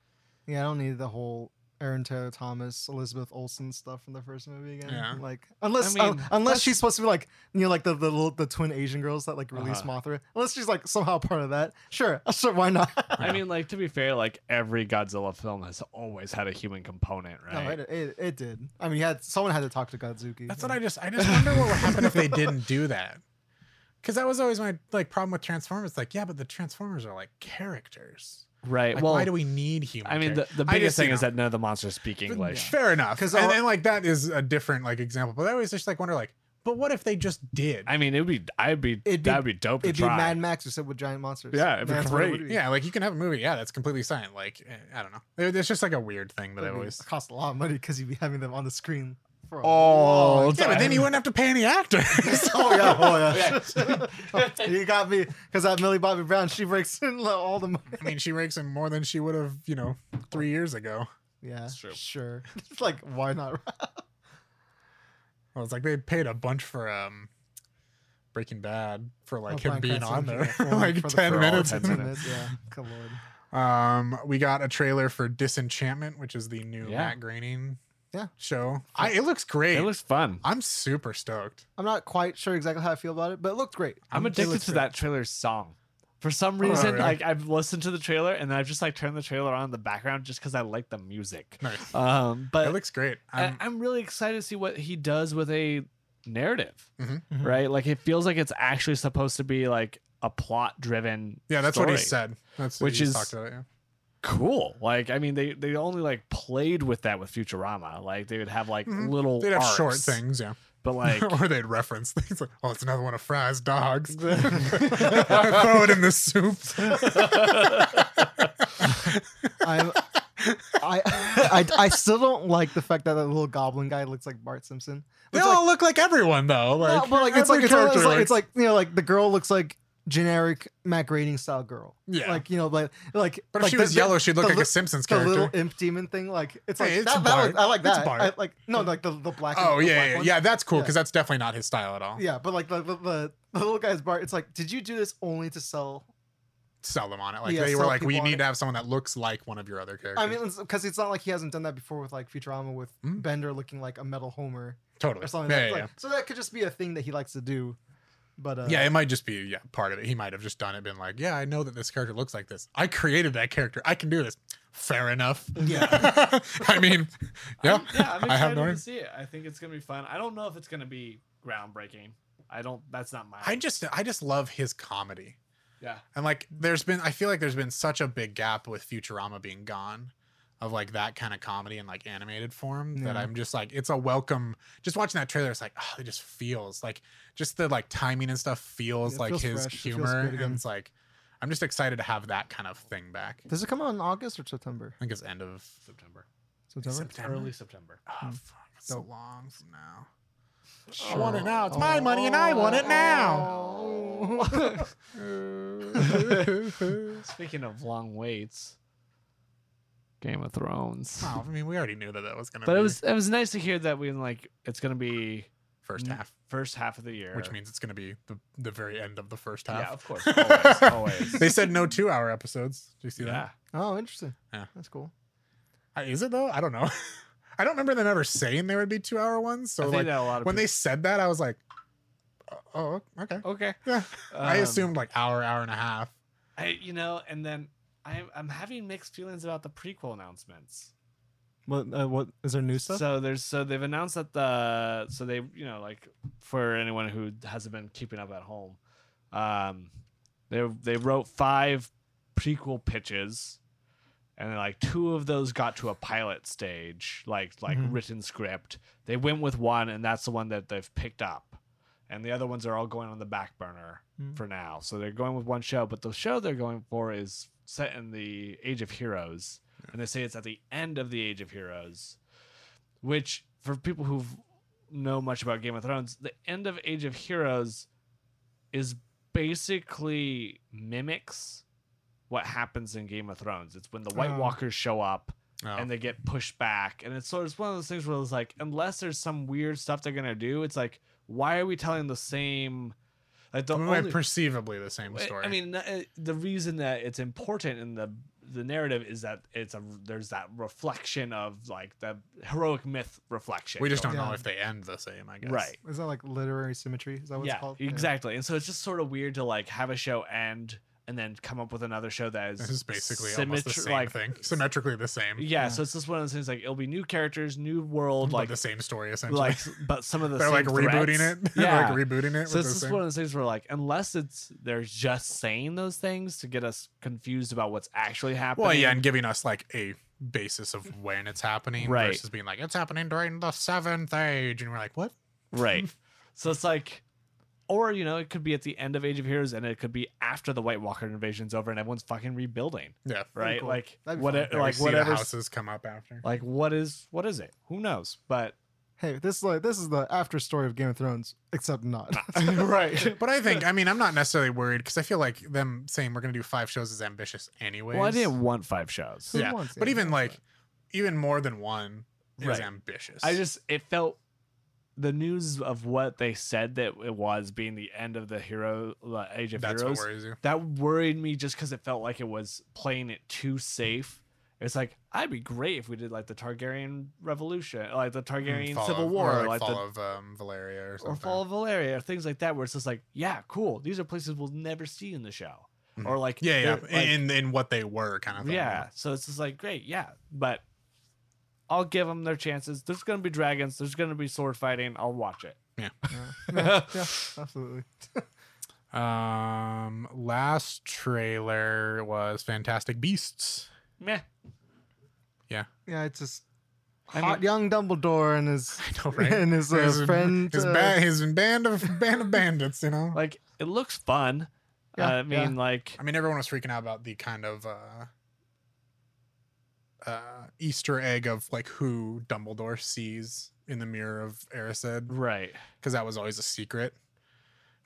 A: Yeah, I don't need the whole Aaron Taylor Thomas, Elizabeth Olsen stuff from the first movie again.
B: Yeah.
A: Like unless
C: I mean,
A: un- unless she's supposed to be like you know like the the, little, the twin Asian girls that like release
C: Uh-huh.
A: Mothra. Unless she's like somehow part of that. Sure, sure, why not?
C: I mean, like to be fair, like every Godzilla film has always had a human component, right?
A: No, it, it, it did. I mean, you had someone had to talk to Godzuki.
B: That's what I just I just wonder what would happen if they didn't do that. Because that was always my like problem with Transformers. Like yeah, but the Transformers are like characters.
C: right.
B: Like
C: well,
B: why do we need human?
C: I mean, the,
B: characters?
C: the
B: I
C: biggest
B: just, you
C: thing is
B: know,
C: that none of the monsters speak English.
B: Fair enough.
A: 'Cause
B: Because and
A: all-
B: then like that is a different like example. But I always just like wonder like, but what if they just did?
C: I mean, it'd be, I'd be,
A: It'd be-
C: that'd be dope to
A: It'd be
C: try.
A: Mad Max except with giant monsters.
C: Yeah, it'd be
A: That's what it would
C: great.
A: be.
B: yeah, like you can have a movie. Yeah, that's completely silent. Like eh, I don't know. It- It's just like a weird thing that I
A: It'd be-
B: always.
A: it cost a lot of money because you'd be having them on the screen for a
C: All
A: long
C: the
B: Yeah, but then you wouldn't have to pay any actors.
A: oh yeah, oh yeah. you got me because that Millie Bobby Brown she breaks in lo- all the money.
B: I mean, she rakes in more than she would have, you know, three years ago.
A: Yeah,
C: It's true.
A: Sure, It's like why not?
B: I was like, they paid a bunch for um, Breaking Bad for like
A: Oh,
B: him
A: Bryan
B: being
A: Cranston
B: on
A: for
B: there
A: the- for-
B: like
A: for the-
B: ten
C: for all
B: minutes.
C: 10 minutes.
A: Yeah, good lord.
B: Um, we got a trailer for Disenchantment, which is the new
C: Yeah.
B: Matt Groening
A: Yeah.
B: show. I, it looks great.
C: It looks fun.
B: I'm super stoked.
A: I'm not quite sure exactly how I feel about it, but it looked great.
C: I'm
B: it
C: addicted
B: looks
C: to
B: great.
C: that trailer's song. For some reason,
B: really?
C: like I've listened to the trailer and then I've just like turned the trailer on in the background just because I like the music.
B: Nice.
C: Um, but
B: it looks great.
C: I,
B: I'm,
C: I'm really excited to see what he does with a narrative,
B: Mhm.
A: Mhm.
C: right? Like it feels like it's actually supposed to be like a plot driven.
B: yeah, that's what he
C: story.
B: said. That's
C: Which
B: he
C: is-
B: talked about it, yeah.
C: Cool. Like I mean, they they only like played with that with Futurama. Like they would have like
B: Mhm.
C: little
B: They'd have short
C: arcs,
B: things, yeah.
C: but like
B: or they'd reference things like, "Oh, it's another one of Fry's dogs. I throw it in the soup."
A: I'm, I, I, I still don't like the fact that that little goblin guy looks like Bart Simpson.
B: they
A: It's
B: all look like everyone, though. Like,
A: no, but like it's like
B: every
A: it's, like- it's
B: character
A: like it's
B: looks-
A: like you know like the girl looks like generic Mac Rating style girl.
B: Yeah.
A: Like you know like like.
B: but if
A: like
B: she
A: the-
B: was
A: the-
B: yellow, she'd look
A: the
B: like
A: li-
B: a Simpsons
A: the
B: character.
A: little imp demon thing. Like it's like
B: Hey, it's
A: that, that
B: Bart.
A: was- I like
B: It's
A: that.
B: Bart.
A: I, like no, like the the black.
B: oh
A: the
B: yeah,
A: black
B: yeah,
A: one.
B: yeah. That's cool
A: Yeah.
B: because that's definitely not his style at all.
A: yeah. But like the the, the the little guy's Bart. It's like, did you do this only to sell?
B: Sell them on it. Like
A: Yeah,
B: they were
A: sell
B: like, we
A: people on
B: need
A: it.
B: to have someone that looks like one of your other characters.
A: I mean, because it's not like he hasn't done that before with like Futurama with
B: Mm.
A: Bender looking like a metal Homer
B: totally.
A: or something.
B: yeah,
A: like,
B: yeah,
A: like, So that could just be a thing that he likes to do. But uh,
B: yeah. Yeah, it might just be yeah part of it. He might have just done it, been like, yeah, I know that this character looks like this. I created that character. I can do this. Fair enough.
A: Yeah.
B: I mean, yeah.
C: I'm, yeah, I'm
B: I have
C: excited
B: no-
C: to see it. I think it's gonna be fun. I don't know if it's gonna be groundbreaking. I don't. That's not my.
B: I just I just love his comedy.
C: yeah.
B: And like, there's been, I feel like there's been such a big gap with Futurama being gone. of like that kind of comedy in like animated form that
A: Yeah.
B: I'm just like it's a welcome just watching that trailer it's like oh it just feels like just the like timing and stuff feels
A: Yeah, it
B: like
A: feels
B: his
A: fresh. It feels
B: humor
A: good again.
B: and it's like I'm just excited to have that kind of thing back. I
A: Does it come out in August or September?
B: think it's end of
C: September.
A: September.
C: Early September.
B: oh fuck it's so
A: Hmm. Nope.
B: long from now.
A: Oh,
B: I want it now. It's my money and I want it now.
C: Speaking of long waits, Game of Thrones.
B: Oh, I mean, we already knew that that was gonna.
C: But
B: be
C: it was it was nice to hear that we like it's gonna be
B: first
C: n-
B: half,
C: first half of the year,
B: which means it's gonna be the, the very end of the first
C: yeah,
B: half.
C: of course, always, always.
B: they said no two-hour episodes. Do you see
C: yeah.
A: Oh, interesting.
B: Yeah.
A: That's cool.
B: that? Uh, Is it though? I don't know. I don't remember them ever saying there would be two-hour ones. So
C: I think
B: like
C: that a lot of
B: when
C: people,
B: they said that, I was like, oh, okay.
C: okay,
B: Yeah. I
C: Um,
B: assumed like hour, hour and a half.
C: I, you know, and then I'm I'm having mixed feelings about the prequel announcements.
A: What? Uh, what is there new stuff?
C: So there's so they've announced that the so they you know like for anyone who hasn't been keeping up at home, um, they they wrote five prequel pitches, and like two of those got to a pilot stage, like like
A: Mhm.
C: written script. They went with one, and that's the one that they've picked up, and the other ones are all going on the back burner
A: Mm.
C: for now. So they're going with one show, but the show they're going for is set in the Age of Heroes, and they say it's at the end of the Age of Heroes which for people who know much about Game of Thrones, the end of Age of Heroes is basically mimics what happens in Game of Thrones. It's when the White
A: Oh.
C: Walkers show up
B: Oh.
C: and they get pushed back, and it's sort of it's one of those things where it's like, unless there's some weird stuff they're gonna do, it's like, why are we telling the same? Like the
B: I mean,
C: only,
B: perceivably the same
C: I-
B: story.
C: I mean, the- uh, the reason that it's important in the the narrative is that it's a there's that reflection of like the heroic myth reflection.
B: we just
C: going
B: don't know
A: Yeah.
B: if they end the same. I guess.
C: Right.
A: Is that like literary symmetry? Is that what
C: yeah,
A: it's called?
C: exactly. And so it's just sort of weird to like have a show end and then come up with another show that is
B: This is basically almost the
C: symmetr-
B: same
C: like-
B: thing. Symmetrically the same.
C: Yeah, so it's just one of those things like it'll be new characters, new world,
B: But
C: like
B: the same story essentially.
C: like but some of the
B: They're like
C: same
B: rebooting
C: threats.
B: it.
C: Yeah,
B: They're like rebooting it.
C: so
B: with
C: it's
B: the
C: just
B: same-
C: one of those things where like unless it's they're just saying those things to get us confused about what's actually happening.
B: well, yeah, and giving us like a basis of when it's happening
C: Right.
B: versus being like it's happening during the seventh age, and we're like, what?
C: Right. so it's like, or you know, it could be at the end of Age of Heroes, and it could be after the White Walker invasion's over, and everyone's fucking rebuilding,
B: Yeah,
C: right?
A: cool.
C: Like
A: That'd be
C: what,
A: fun.
B: Yeah, we
C: like
B: see
C: whatever,
B: the houses come up after.
C: like what is what is it? Who knows? But
A: Hey, this is like this is the after story of Game of Thrones, except not.
B: Ah,
C: right.
B: But I think, I mean, I'm not necessarily worried because I feel like them saying we're gonna do five shows is ambitious anyway.
C: Well, I didn't want five shows.
A: Who
B: Yeah,
A: wants
B: but
A: it?
B: even like, even more than one is
C: Right.
B: ambitious.
C: I just it felt the news of what they said that it was being the end of the hero the Age of
B: that's
C: Heroes.
B: what worries you.
C: that worried me just because it felt like it was playing it too safe. It's like I'd be great if we did like the Targaryen Revolution, like the Targaryen
B: Fall
C: Civil
B: of-
C: War,
B: Mm, or
C: Mm, or,
B: like,
C: like
B: fall
C: the
B: of um, Valeria or something.
C: or Fall of Valeria, or things like that, where it's just like, yeah, cool. These are places we'll never see in the show,
B: Mhm.
C: or like
B: yeah, yeah,
C: they're- like,
B: in in what they were kind of. Thing.
C: yeah. So it's just like great, yeah, but. I'll give them their chances. There's gonna be dragons. There's gonna be sword fighting. I'll watch it.
A: Yeah. Yeah, yeah, absolutely.
B: Um, last trailer was Fantastic Beasts.
C: Meh.
A: Yeah, it's just
C: I
A: hot young Dumbledore and his
B: I know, right?
A: and his, uh,
B: His-
A: friend.
B: His,
A: uh,
B: ba- his band of band of bandits, you know.
C: Like it looks fun.
A: Yeah,
C: Uh, I mean,
A: yeah.
C: like
B: I mean, everyone was freaking out about the kind of uh, uh, Easter egg of like who Dumbledore sees in the mirror of Erised,
C: right.
B: because that was always a secret.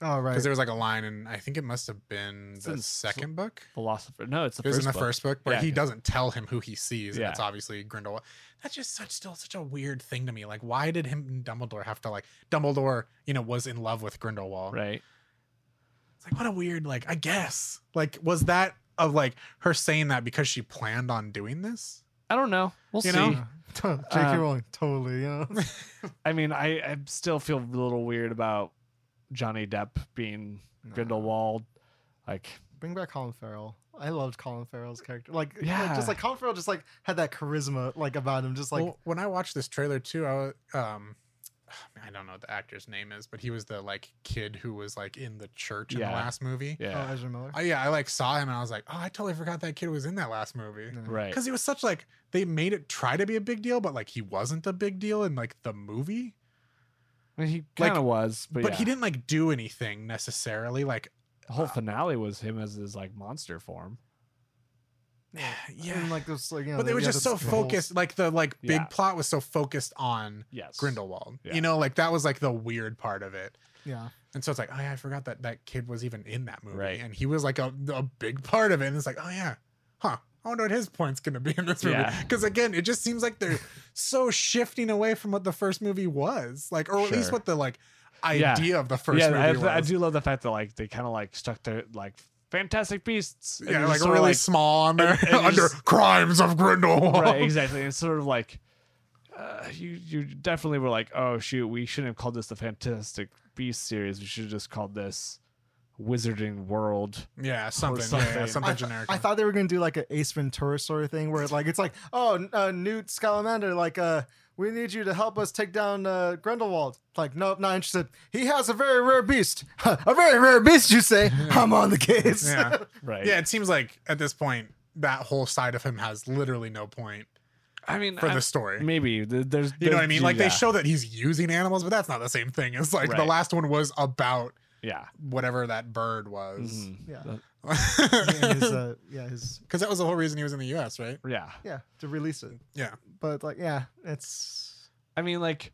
A: oh right.
B: Because there was like a line, and I think it must have been
C: It's
B: the
C: in s-
B: second book.
C: Philosopher. No, it's the
B: It was
C: first
B: in the
C: book.
B: first book, where
C: Yeah,
B: he
C: 'cause-
B: doesn't tell him who he sees,
C: Yeah.
B: and it's obviously Grindelwald. That's just such still such a weird thing to me. Like, why did him and Dumbledore have to like Dumbledore? You know, was in love with Grindelwald.
C: Right.
B: It's like what a weird like I guess like was that of like her saying that because she planned on doing this?
C: I don't know. We'll
B: You
C: see.
B: know?
A: Yeah. T- J.K.
C: Uh,
A: Rowling, totally. You know,
C: I mean, I, I still feel a little weird about Johnny Depp being Grindelwald. Like,
A: bring back Colin Farrell. I loved Colin Farrell's character. Like, like,
C: Yeah.
A: just like Colin Farrell, just like had that charisma like about him. Just like
B: Well, when I watched this trailer too, I was, um, I don't know what the actor's name is, but he was the like kid who was like in the church in
C: Yeah.
B: the last movie.
C: Yeah.
A: Oh, Ezra Miller.
B: I, yeah, I like saw him and I was like, oh, I totally forgot that kid was in that last movie.
A: Yeah.
C: right.
B: Because he was such like they made it try to be a big deal, but like he wasn't a big deal in like the movie.
C: I mean, he kind of was, but,
B: But he
C: yeah.
B: didn't like do anything necessarily. Like
C: The whole finale was him as his like monster form.
B: yeah,
A: And like those, like you know,
B: but they
A: the-
B: were
A: yeah,
B: just
A: the-
B: so
A: the whole-
B: focused. Like the like big
C: Yeah.
B: plot was so focused on
C: Yes.
B: Grindelwald.
C: Yeah.
B: You know, like that was like the weird part of it.
A: Yeah.
B: And so it's like, oh yeah, I forgot that that kid was even in that movie,
C: Right.
B: and he was like a, a big part of it. And it's like, oh yeah, huh? I wonder what his point's gonna be in this movie.
C: Yeah.
B: Because again, it just seems like they're so shifting away from what the first movie was, like, or at least
C: Sure.
B: what the like
C: Yeah.
B: idea of the first
C: yeah, I,
B: movie
C: I
B: was.
C: do love the fact that like they kind of like stuck their like Fantastic Beasts. and
B: yeah,
C: it's
B: like
C: sort of,
B: really small on there
C: and- and
B: under
C: just-
B: crimes of Grindelwald.
C: right, exactly. And it's sort of like uh, you you definitely were like, oh shoot, we shouldn't have called this the Fantastic Beast series. We should have just called this Wizarding World.
B: Yeah, something, Yeah, yeah,
C: something.
B: something
A: I, th-
B: generic.
A: I thought they were gonna do like an Ace Ventura sort of thing where like it's like oh n- uh, Newt Scamander like uh we need you to help us take down uh, Grindelwald like nope not interested he has a very rare beast Huh, a very rare beast you say I'm on the case
B: Yeah.
C: Right.
B: yeah, it seems like at this point that whole side of him has literally no point
C: I mean,
B: for
C: I-
B: the story.
C: maybe th- there's
B: You know what I mean? Like
C: yeah,
B: they show that he's using animals, but that's not the same thing. It's like the
C: Right.
B: last one was about
C: Yeah.
B: whatever that bird was.
C: Mhm.
A: Yeah.
C: That-
A: And his,
B: Because
A: uh, yeah his
B: that was the whole reason he was in the U.S., right?
C: yeah.
A: yeah to release it
B: Yeah.
A: but like yeah it's
C: I mean, like,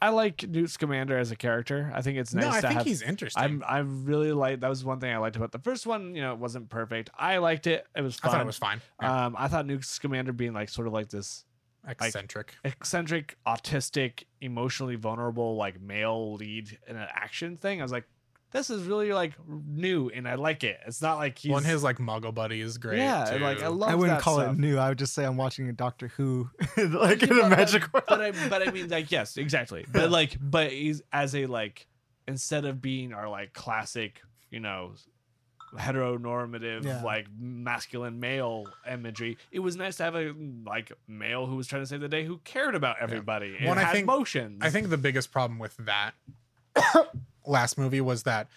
C: I like Newt Scamander as a character. I think it's nice
B: no, I
C: to
B: think
C: have.
B: he's interesting.
C: I'm. I really like. That was one thing I liked about the first one. You know, it wasn't perfect. I liked it. It was
B: I
C: fun.
B: thought it was fine. Yeah.
C: Um, I thought Newt Scamander being like sort of like this
B: Eccentric.
C: eccentric, autistic, emotionally vulnerable, like male lead in an action thing. I was like, this is really like new, and I like it. It's not like he's
B: well, and his like Muggle buddy is great.
C: yeah, and,
B: too.
C: like I love.
A: I wouldn't
C: that
A: call
C: stuff.
A: it new I would just say I'm watching a Doctor Who like in
C: Yeah,
A: a
C: but-
A: magic world
C: but I but I mean like yes, exactly. But like but he's as a like instead of being our like classic, you know, heteronormative
A: Yeah.
C: like masculine male imagery, it was nice to have a like male who was trying to save the day who cared about everybody and
B: Well, and I
C: had
B: think-
C: emotions.
B: I think the biggest problem with that last movie was that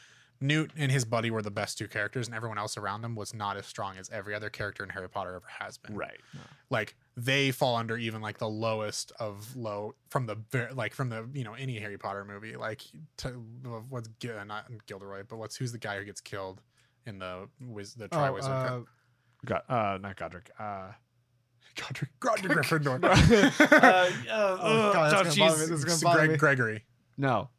B: Newt and his buddy were the best two characters, and everyone else around them was not as strong as every other character in Harry Potter ever has been.
C: right.
B: like they fall under even like the lowest of low from the ver- like from the you know any Harry Potter movie like to, what's Gil- not Gilderoy but what's who's the guy who gets killed in the wiz the
A: oh, uh,
B: Triwizard
C: God, uh not Godric. Uh
B: Godric, Godric Gryffindor
C: uh,
A: Oh, God,
C: oh,
A: that's gonna bother me. This
C: jeez.
A: is gonna bother
B: Greg-
A: me.
B: Gregory
C: no.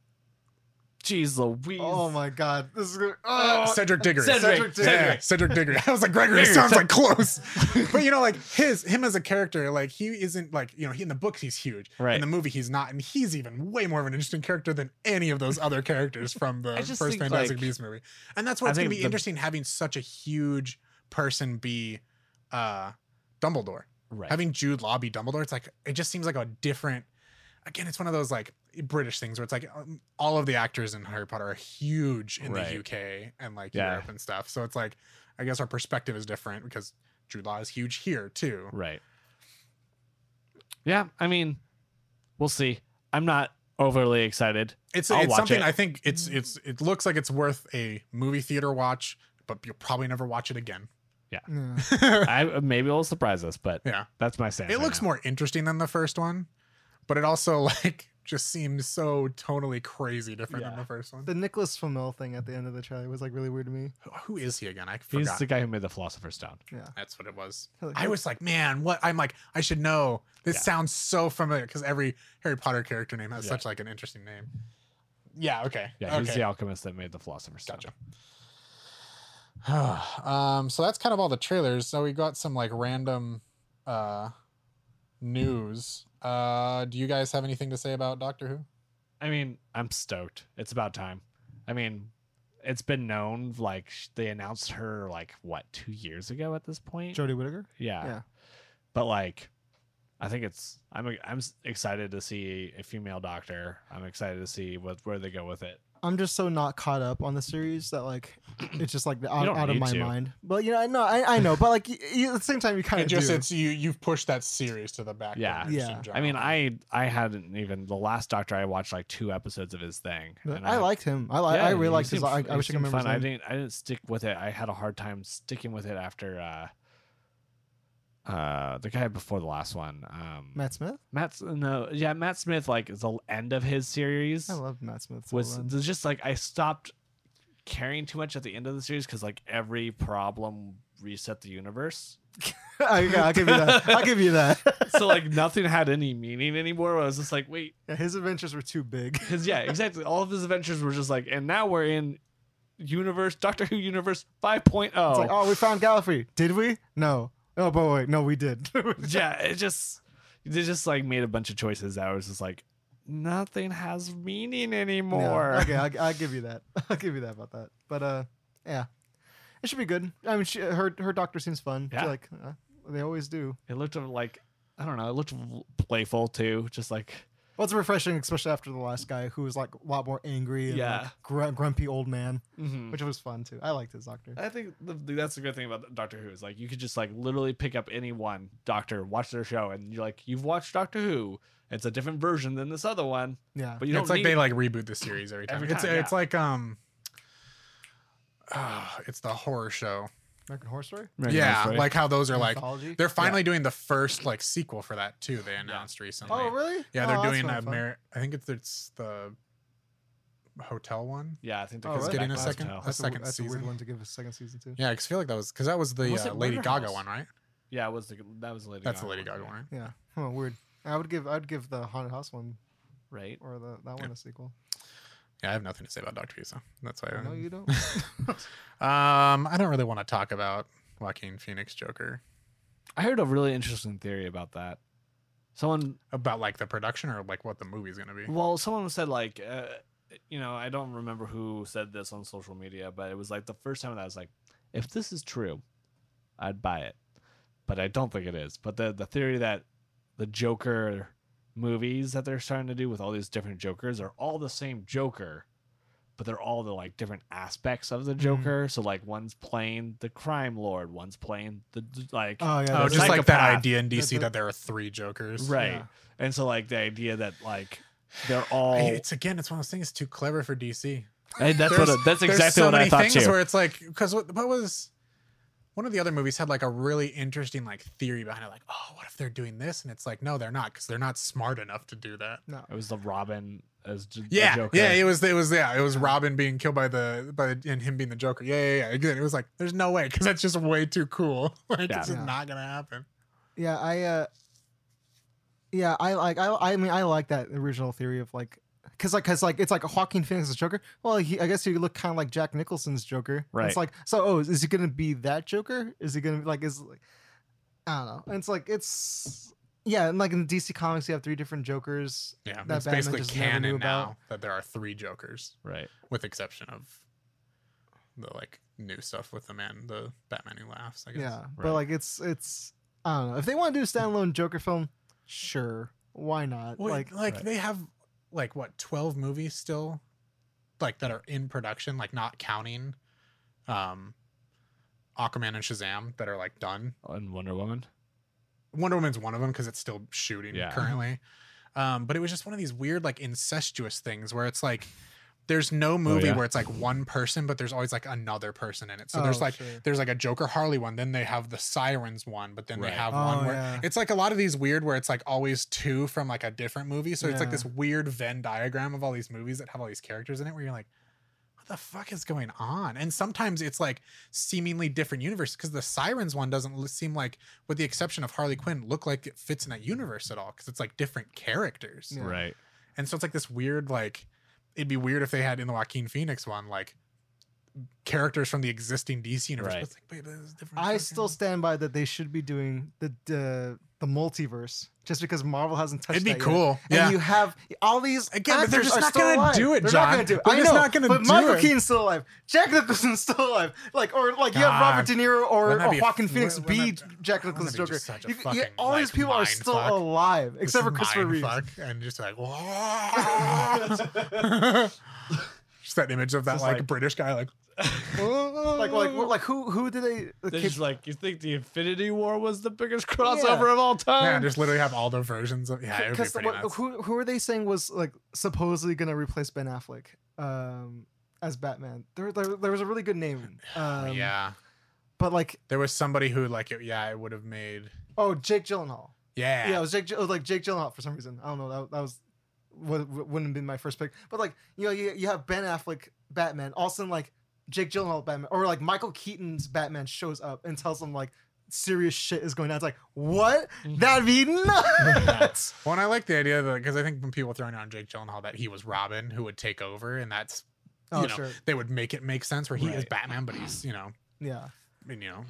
C: Jeez Louise.
A: oh my god this is gonna,
C: Uh,
A: oh,
B: Cedric Diggory
C: Cedric,
A: Cedric
B: Yeah,
C: Cedric.
B: Cedric Diggory. I was like, Gregory
C: Diggory,
B: sounds
C: Ced-
B: like close, but you know, like his him as a character, like he isn't like you know he in the books he's huge,
C: Right.
B: In the movie he's not, and he's even way more of an interesting character than any of those other characters from the
C: I just
B: first
C: think,
B: Fantastic
C: like-
B: Beasts movie, and that's why
C: I
B: it's gonna
C: think
B: be
C: the-
B: interesting having such a huge person be uh Dumbledore.
C: Right.
B: Having Jude Law be Dumbledore, it's like it just seems like a different. Again, it's one of those like British things where it's like um, all of the actors in Harry Potter are huge in
C: Right.
B: the UK and like
C: Yeah.
B: Europe and stuff. So it's like I guess our perspective is different because Jude Law is huge here too.
C: Right. Yeah, I mean, we'll see. I'm not overly excited.
B: It's
C: I'll
B: it's
C: watch
B: something
C: it.
B: I think it's it's it looks like it's worth a movie theater watch, but you'll probably never watch it again.
A: yeah.
B: it
C: I maybe it'll surprise us, but
B: Yeah.
C: that's my stance. right
B: looks
C: now.
B: more interesting than the first one, but it also like just seems so totally crazy different
C: Yeah.
B: than the first one.
A: the Nicholas Flamel thing at the end of the trailer was like really weird to me
B: Who is he again? I
C: He's
B: forgot.
C: the guy who made the Philosopher's Stone.
B: That's what it was.
A: Like,
B: I was like, man, what? I'm like, I should know. This
C: Yeah.
B: sounds so familiar because every Harry Potter character name has
C: Yeah.
B: such like an interesting name. Yeah. Okay.
C: Yeah,
B: okay.
C: he's the alchemist that made the Philosopher's Stone.
B: Gotcha. um, so that's kind of all the trailers. So we got some like random uh, news. Uh, do you guys have anything to say about Doctor Who?
C: I mean, I'm stoked. It's about time. I mean, it's been known like sh- they announced her like what two years ago at this point.
A: Jodie Whittaker
C: Yeah.
A: Yeah.
C: But like, I think it's I'm I'm s- excited to see a female doctor. I'm excited to see what where they go with it.
A: I'm just so not caught up on the series that like it's just like
C: You
A: out,
C: don't
A: out of
C: need
A: my
C: to.
A: mind. But you know, I know, I, I know, but like y- y- at the same time, you kind
B: It
A: of
B: just
A: do.
B: it's you you've pushed that series to the back.
C: Yeah.
B: burner just in
A: Yeah.
C: I mean,
B: general.
C: I I hadn't even the last Doctor I watched like two episodes of his thing.
A: But
C: and
A: I liked him. I li-
C: Yeah,
A: I
C: he
A: really liked his.
C: seemed
A: I,
C: f-
A: I
C: he
A: wish I could
C: seemed
A: remember.
C: fun. I
A: His name.
C: didn't I didn't stick with it. I had a hard time sticking with it after uh uh the guy before the last one. Um
A: Matt Smith.
C: Matt's no yeah, Matt Smith like is the l- end of his series
A: I love Matt Smith. so
C: was
A: much.
C: there's just like I stopped caring too much at the end of the series because like every problem reset the universe.
A: okay, I'll give you that. I'll give you that.
C: So like nothing had any meaning anymore. I was just like, wait,
A: Yeah, his adventures were too big.
C: Because yeah, exactly. All of his adventures were just like, and now we're in universe Doctor Who universe 5.0.
A: It's like, oh, we found Gallifrey. Did we? No. Oh, but wait, no, we did.
C: Yeah, it just they just like made a bunch of choices that was just like nothing has meaning
A: No,
C: anymore.
A: okay, I'll, I'll give you that. I'll give you that about that. But uh, yeah, it should be good. I mean, she, her her doctor seems fun. She,
C: Yeah.
A: like uh, they always do.
C: It looked uh, like I don't know. It looked playful too, just like
A: Well, it's refreshing, especially after the last guy who was like a lot more angry and
C: Yeah.
A: like, gr- grumpy old man,
C: mhm.
A: which was fun too. I liked his doctor.
C: I think the, the- that's the good thing about Doctor Who is like you could just like literally pick up any one Doctor, watch their show, and you're like you've watched Doctor Who. It's a different version than this other one,
A: Yeah,
C: but you don't.
B: it's like
C: need
B: they like reboot the series every time.
C: Every
B: it's
C: time,
B: it's like um ah, it's the horror show.
A: American Horror Story.
C: American Horror
B: yeah,
C: Story.
B: like how those are like
A: Mythology?
B: they're finally doing the first like sequel for that too. They announced recently.
A: Oh, really?
B: Yeah, they're
A: Oh, that's
B: doing uh,
A: kinda
B: a
A: fun.
B: mer- I think it's it's the hotel one.
C: Yeah, I think they're
A: Oh,
C: coming
A: right.
C: back
B: Getting a
C: to
B: second-
C: Hotel.
B: a
A: That's,
B: second
A: a, that's a weird
B: season.
A: one to give a second season to.
B: Yeah, 'cause I feel like that was because that was the
C: Was
B: uh,
C: it
B: Lady Gaga
C: Wonderhouse?
B: one, right?
C: Yeah, it was the that was the Lady.
B: That's
C: Gaga
B: the Lady Gaga
C: one, yeah.
B: one. right?
A: Yeah, huh, weird. I would give I'd give the haunted house one
C: right?
A: or the that one a sequel.
B: Yeah, I have nothing to say about Doctor Who, so that's why.
A: No, you don't.
B: um, I don't really want to talk about Joaquin Phoenix Joker
C: I heard a really interesting theory about that. Someone,
B: about like the production or like what the movie's gonna be.
C: well, someone said like, uh, you know, I don't remember who said this on social media, but it was like the first time that I was like, if this is true, I'd buy it, but I don't think it is. But the the theory that the Joker movies that they're starting to do with all these different Jokers are all the same Joker, but they're all the like different aspects of
B: Mm-hmm.
C: the Joker. So like one's playing the crime lord, one's playing the d- like
A: Oh yeah,
B: Oh,
A: that's
B: just like that
C: psychopath.
B: idea in DC
A: The- the-
B: that there are three Jokers.
C: right
A: Yeah.
C: and so like the idea that like they're
B: I-
C: all
A: Oh.
B: It's again, it's one of those things too clever for DC.
C: that's
B: There's-
C: what that's
B: There's
C: exactly
B: so
C: what
B: many
C: i thought
B: things
C: too
B: where it's like because what, what was one of the other movies had like a really interesting like theory behind it, like oh, what if they're doing this? And it's like no, they're not because they're not smart enough to do that.
A: no.
C: it was the robin as J- the
B: Yeah,
C: Joker.
B: yeah, it was, it was, yeah, it was Robin being killed by the, by and him being the Joker. Yeah, yeah, yeah. Again, it was like, there's no way because that's just way too cool. Like,
C: Yeah.
B: it's just
A: Yeah.
B: not gonna happen.
A: Yeah, I uh Yeah, I like I I mean I like that original theory of like cuz like cuz like it's like a Joaquin Phoenix's Joker. Well, he, I guess he look kind of like Jack Nicholson's Joker. And
C: Right.
A: It's like so oh, is he going to be that Joker? Is he going to be like is I don't know. And it's like it's yeah, and like in DC comics you have three different Jokers.
B: Yeah,
A: That
B: it's
A: Batman
B: basically
A: just never knew
B: canon
A: about.
B: now that there are three Jokers,
C: right
B: with exception of the like new stuff with the man, the Batman who laughs. I guess.
A: Yeah.
C: Right.
A: But like it's it's I don't know. If they want to do a standalone Joker film, sure. Why not?
B: Well,
A: like
B: like, like
C: Right.
B: they have like what twelve movies still, like that are in production, like not counting, um, Aquaman and Shazam that are like done.
C: and wonder woman
B: Wonder Woman's one of them because it's still shooting
C: Yeah.
B: currently. Um, but it was just one of these weird, like incestuous things where it's like there's no movie
C: yeah.
B: where it's like one person, but there's always like another person in it. So
A: Oh,
B: there's like
A: sure.
B: there's like a Joker Harley one, then they have the Sirens one, but then
C: Right.
B: they have
A: Oh,
B: one where
A: yeah.
B: it's like a lot of these weird where it's like always two from like a different movie. So it's like
A: Yeah.
B: this weird Venn diagram of all these movies that have all these characters in it where you're like, what the fuck is going on? And sometimes it's like seemingly different universes because the Sirens one doesn't l- seem like, with the exception of Harley Quinn, look like it fits in that universe at all because it's like different characters.
A: Yeah.
C: right
B: And so it's like this weird, like, it'd be weird if they had in the Joaquin Phoenix one, like, characters from the existing DC universe.
C: Right.
B: But it's like, wait, but it's different.
A: I
B: fucking-
A: still stand by that they should be doing the the, the multiverse just because Marvel hasn't touched.
B: It'd be
A: that yet.
B: cool.
A: And you have all these
B: Again, but they're
A: actors
B: just
A: are
B: not
A: still
B: gonna
A: alive.
B: do it,
A: They're
B: John.
A: Not gonna do it.
B: They're
A: I
B: just
A: know,
B: not gonna
A: but
B: do
A: Michael
B: it.
A: Keaton's still alive. Jack Nicholson's still alive. Like or like you have Robert
B: God.
A: De Niro or,
B: Wouldn't that
A: or
B: be-
A: Joaquin Phoenix
B: wouldn't
A: be
B: that-
A: Jack
B: wouldn't
A: Nicholson's
B: that be
A: Joker.
B: just such a
A: You- you-
B: fucking,
A: all these
B: like,
A: people are
B: mind
A: still
B: fuck?
A: alive
B: This
A: except for
B: mind
A: Christopher Reeve.
B: fuck, and just like, Just that image of that
C: Just
B: like,
C: like-
B: British guy like
A: like like like who who did they? the
C: They're
A: kick-
C: just like, you think the Infinity War was the biggest crossover of all
B: yeah,
C: time?
B: just literally have all the versions of yeah. It would be
A: Because
B: pretty
A: Um, what-
B: nuts.
A: who who are they saying was like supposedly gonna replace Ben Affleck um, as Batman? There, there there was a really good name. Um,
B: yeah,
A: But like
B: there was somebody who like it, yeah, it would have made
A: oh Jake Gyllenhaal.
B: yeah.
A: Yeah, it was Jake. Gy- It was like Jake Gyllenhaal for some reason. I don't know. That, that was would, wouldn't have been my first pick. But like you know you, you have Ben Affleck Batman. All of a sudden like Jake Gyllenhaal Batman or like Michael Keaton's Batman shows up and tells them like serious shit is going down. It's like what?
B: Mm-hmm.
A: That'd be nuts.
B: Well, and I like the idea that because I think when people were throwing out Jake Gyllenhaal that he was Robin who would take over, and that's
A: oh
B: you know
A: sure.
B: they would make it make sense where he is
C: Right.
B: Batman, but he's you know
A: Yeah.
B: I mean you know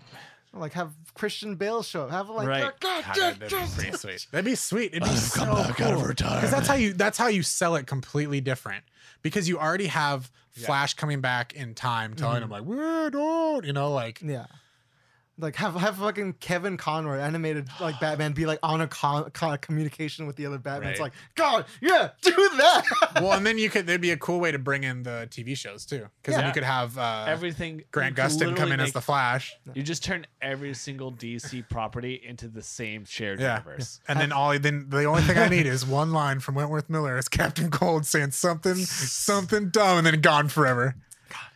A: Like have Christian Bale show up. Have like
C: Right.
A: God,
B: God,
A: God,
B: that'd be
A: God,
B: pretty
A: God.
B: sweet. That'd be sweet. It'd be
C: I've
B: so
C: come back out of
B: cool. Because that's how you that's how you sell it completely different. Because you already have
C: Yeah. Mm-hmm.
B: Flash coming back in time, telling him like, "We don't," you know, like
A: Yeah. Like have have fucking Kevin Conroy animated like Batman be like on a con- con- communication with the other Batman. It's
B: Right.
A: like God, yeah, do that.
B: well, and then you could there'd be a cool way to bring in the TV shows too, because then
C: Yeah.
B: you could have uh,
C: Everything.
B: Grant
C: you could
B: Gustin come
C: literally
B: in as
C: make-
B: the Flash,
C: You just turn every single DC property into the same shared
B: Yeah.
C: universe.
B: and then all then the only thing I need is one line from Wentworth Miller as Captain Cold saying something something dumb, and then gone forever.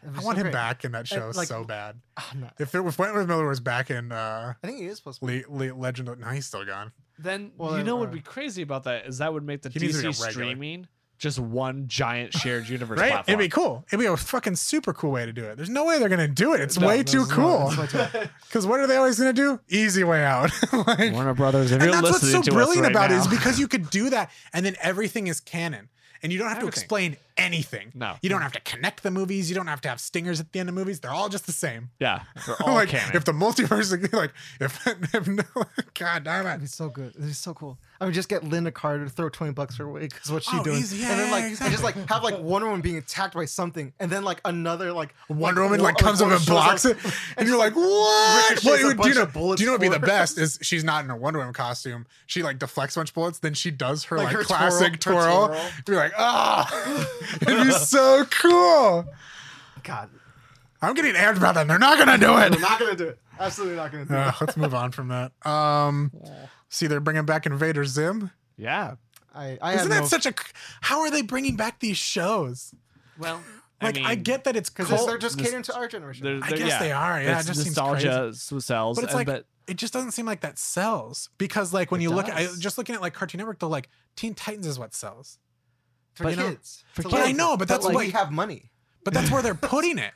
A: It'd be
B: I
A: so
B: want him
A: great.
B: back in that show
A: like-
B: so bad.
A: Ah, no.
B: If it if Wentworth Miller was back in uh,
A: I think he is supposed to. Be.
B: Le- Le- Legend, of, no, he's still gone.
C: Then
A: Well,
C: you know what
A: uh,
C: would be crazy about that is that would make the
B: He needs to
C: DC
B: get regular.
C: streaming just one giant shared universe
B: right?
C: platform.
B: It'd be cool. It'd be a fucking super cool way to do it. There's no way they're gonna do it. It's
C: No,
B: way
A: no,
B: too
A: there's no-
B: cool.
A: it's way too-
B: Because what are they always gonna do? Easy way out. like,
C: Warner Brothers, if
B: and
C: you're
B: that's what's
C: listening
B: so
C: to
B: brilliant
C: us right
B: about
C: now,
B: it is because you could do that, and then everything is canon, and you don't have to
C: Everything.
B: explain anything.
C: No.
B: you don't have to connect the movies. You don't have to have stingers at the end of movies. They're all just the same.
C: yeah, they're all
B: like
C: canon.
B: if the multiverse, like if, if no, God damn
A: It'd be
B: it.
A: so good. It'd be so cool. I would just get Linda Carter, throw twenty bucks her way because what she
B: Oh,
A: doing,
B: easy. Yeah,
A: and then
B: yeah,
A: like
B: yeah,
A: and just like have like Wonder Woman being attacked by something, and then like another like
B: Wonder Woman
A: wo-
B: like comes up
A: Wonder
B: and
A: shows
B: blocks
A: up
B: it, and you're like, "What?
A: ricochets
B: What
A: a
B: would- do
A: bunch
B: you know?
A: of bullets
B: Do you know what'd be the
A: forward.
B: best is she's not in a Wonder Woman costume. She like deflects a bunch of bullets, then she does her like,
A: Like her
B: classic
A: twirl- her
B: twirl.
A: twirl.
B: You're like, ah, it'd be so cool.
A: God,
B: I'm getting amped about that. and They're not gonna do
A: I'm
B: it.
A: not gonna do it. Absolutely not gonna do it.
B: Uh, let's move on from that. Um, see, they're bringing back Invader Zim.
C: yeah,
A: I, I
B: Isn't
A: had
B: that
A: no
B: such a? c- How are they bringing back these shows?
C: well,
B: Like, I,
C: mean,
B: get that it's
A: because
B: because
A: they're just
C: this-
A: catering to our generation.
C: they're-
B: I
C: they're-
B: guess
C: yeah.
B: they are. Yeah,
C: it's
B: it just seems crazy.
C: nostalgia s- sells,
B: But it's
C: and-
B: like-
C: but
B: it just doesn't seem like that sells because like when
C: It
B: you look at I,
C: does.
B: just looking at like Cartoon Network though like Teen Titans is what sells
A: for
C: But, you know,
A: kids.
C: for
A: So
C: kids.
B: but I
A: like-
B: know but that's
A: like,
B: what
A: we have money.
B: but that's where they're putting it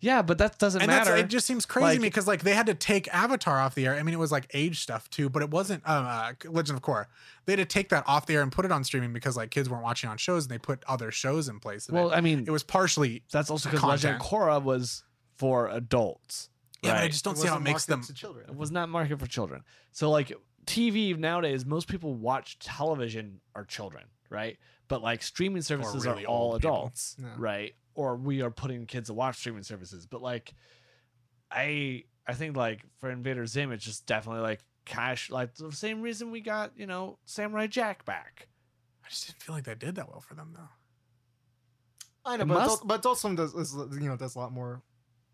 C: yeah, but that doesn't
B: and that's
C: matter.
B: it just seems crazy to me
C: Like-
B: because like they had to take Avatar off the air I mean it was like age stuff too but it wasn't um, uh, Legend of Korra they had to take that off the air and put it on streaming because like kids weren't watching on shows and they put other shows in place of
C: well,
B: it.
C: I mean,
B: it was partially
C: that's also because Legend of Korra was for adults.
B: yeah but I
C: right?
B: just don't see how it
A: wasn't
B: makes them
A: marketed to children.
C: It was not marketed for children. So like TV nowadays, most people watch television are children, right? But like streaming services
B: really
C: are all
B: old people.
C: adults,
A: Yeah.
C: right? Or we are putting kids to watch streaming services. But like, I I think like for Invader Zim, it's just definitely like cash, like the same reason we got you know Samurai Jack back.
B: I just didn't feel like that did that well for them though
A: I know,
C: It
A: but
C: must-
A: adult, but adult swim does is, you know does a lot more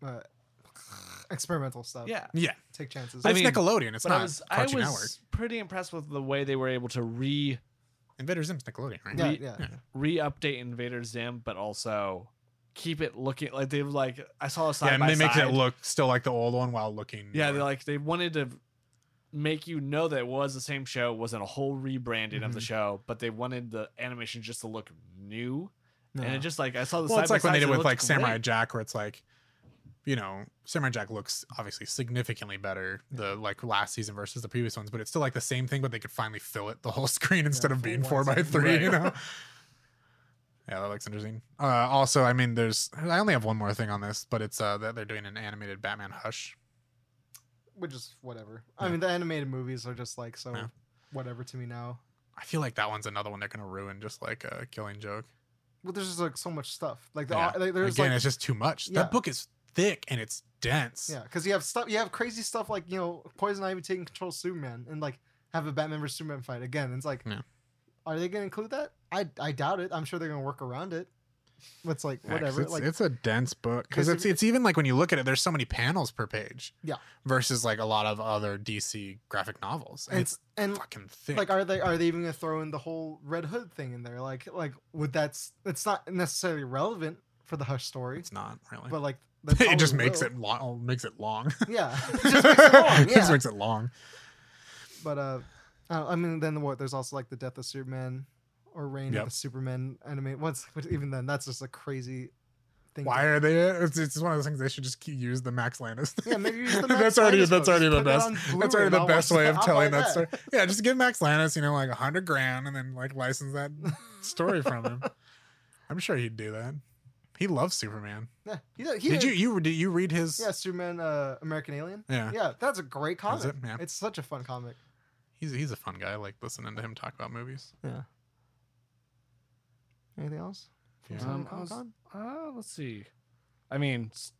A: uh, experimental stuff.
C: Yeah.
B: yeah
A: take chances.
B: but
C: I
B: it's
C: mean,
B: Nickelodeon it's
C: But
B: not
C: I was I
B: Cartoon
C: was
B: Network
C: pretty impressed with the way they were able to re
B: Invader Zim's Nickelodeon right
A: yeah,
C: we-
A: yeah.
C: re-update Invader Zim, but also keep it looking like they've like I saw a side
B: yeah, and
C: by
B: they make
C: side.
B: it look still like the old one while looking.
C: yeah, they
B: newer.
C: like they wanted to make you know that it was the same show, it wasn't a whole rebranding of the
B: Mhm.
C: show, but they wanted the animation just to look new. And
A: No.
C: it just like I saw the
B: well,
C: side
B: it's
C: by
B: like when they
C: sides,
B: did
C: it
B: with
C: looked
B: like Samurai
C: great.
B: Jack, where it's like, you know, Samurai Jack looks obviously significantly better the like last season versus the previous ones, but it's still like the same thing, but they could finally fill it the whole screen instead of
A: full
B: being
A: wide
B: four by
A: screen.
B: three. You
C: Right.
B: know. Yeah, that looks interesting. Uh, also, I mean, there's I only have one more thing on this, but it's uh, that they're doing an animated Batman Hush.
A: which is whatever. I
B: Yeah.
A: mean, the animated movies are just like so
B: Yeah.
A: whatever to me now.
B: I feel like that one's another one they're gonna ruin, just like a Killing Joke.
A: Well, there's just like so much stuff. Like, the,
B: Yeah.
A: like there's
B: Again,
A: like
B: it's just too much.
A: Yeah.
B: That book is thick and it's dense.
A: yeah, because you have stuff. You have crazy stuff like you know Poison Ivy taking control of Superman and like have a Batman versus Superman fight again. It's like,
B: Yeah.
A: are they gonna include that? I I doubt it. I'm sure they're gonna work around it. It's like
B: Yeah, 'cause
A: whatever.
B: It's,
A: like
B: it's a dense book because
A: 'Cause if
B: it's it's even like when you look at it, there's so many panels per page.
A: Yeah.
B: Versus like a lot of other DC graphic novels, and
A: and,
B: it's
A: and
B: fucking thick.
A: like are they are they even gonna throw in the whole Red Hood thing in there? Like like would that's it's not necessarily relevant for the Hush story,
B: it's not really.
A: but like
B: it just makes it long. Makes it long.
A: Yeah, it just makes it long.
B: It just
A: Yeah,
B: makes it long.
A: but uh, uh, I mean, then what? There's also like the death of Superman or reign
B: Yep.
A: of the Superman anime. What's but even then? That's just a crazy thing. to-
B: Why are they? It's, it's one of those things they should just keep, use the Max Landis.
A: Yeah, maybe use the Max
B: that's already
A: Landis
B: that's
A: book.
B: already
A: Just
B: the
A: put that
B: best.
A: on
B: That's
A: Blu-ray
B: already
A: and
B: the
A: I'll
B: best
A: watch
B: way
A: that.
B: of
A: I'll
B: telling
A: buy
B: that
A: that.
B: story. Yeah, just give Max Landis, you know, like a hundred grand, and then like license that story from him. I'm sure he'd do that. He loves Superman.
A: Yeah, he did, he
B: Did
A: did
B: you you did you read his?
A: Yeah, Superman, uh, American Alien.
B: Yeah.
A: Yeah, that's a great
B: Is
A: comic.
B: it? Yeah.
A: It's such a fun comic.
B: He's he's a fun guy. I like listening to him talk about movies.
A: Yeah. Anything else? from
B: Yeah.
A: San
C: Um,
A: Diego
C: I was-
A: Comic-Con?
C: Uh, let's see. I mean, s-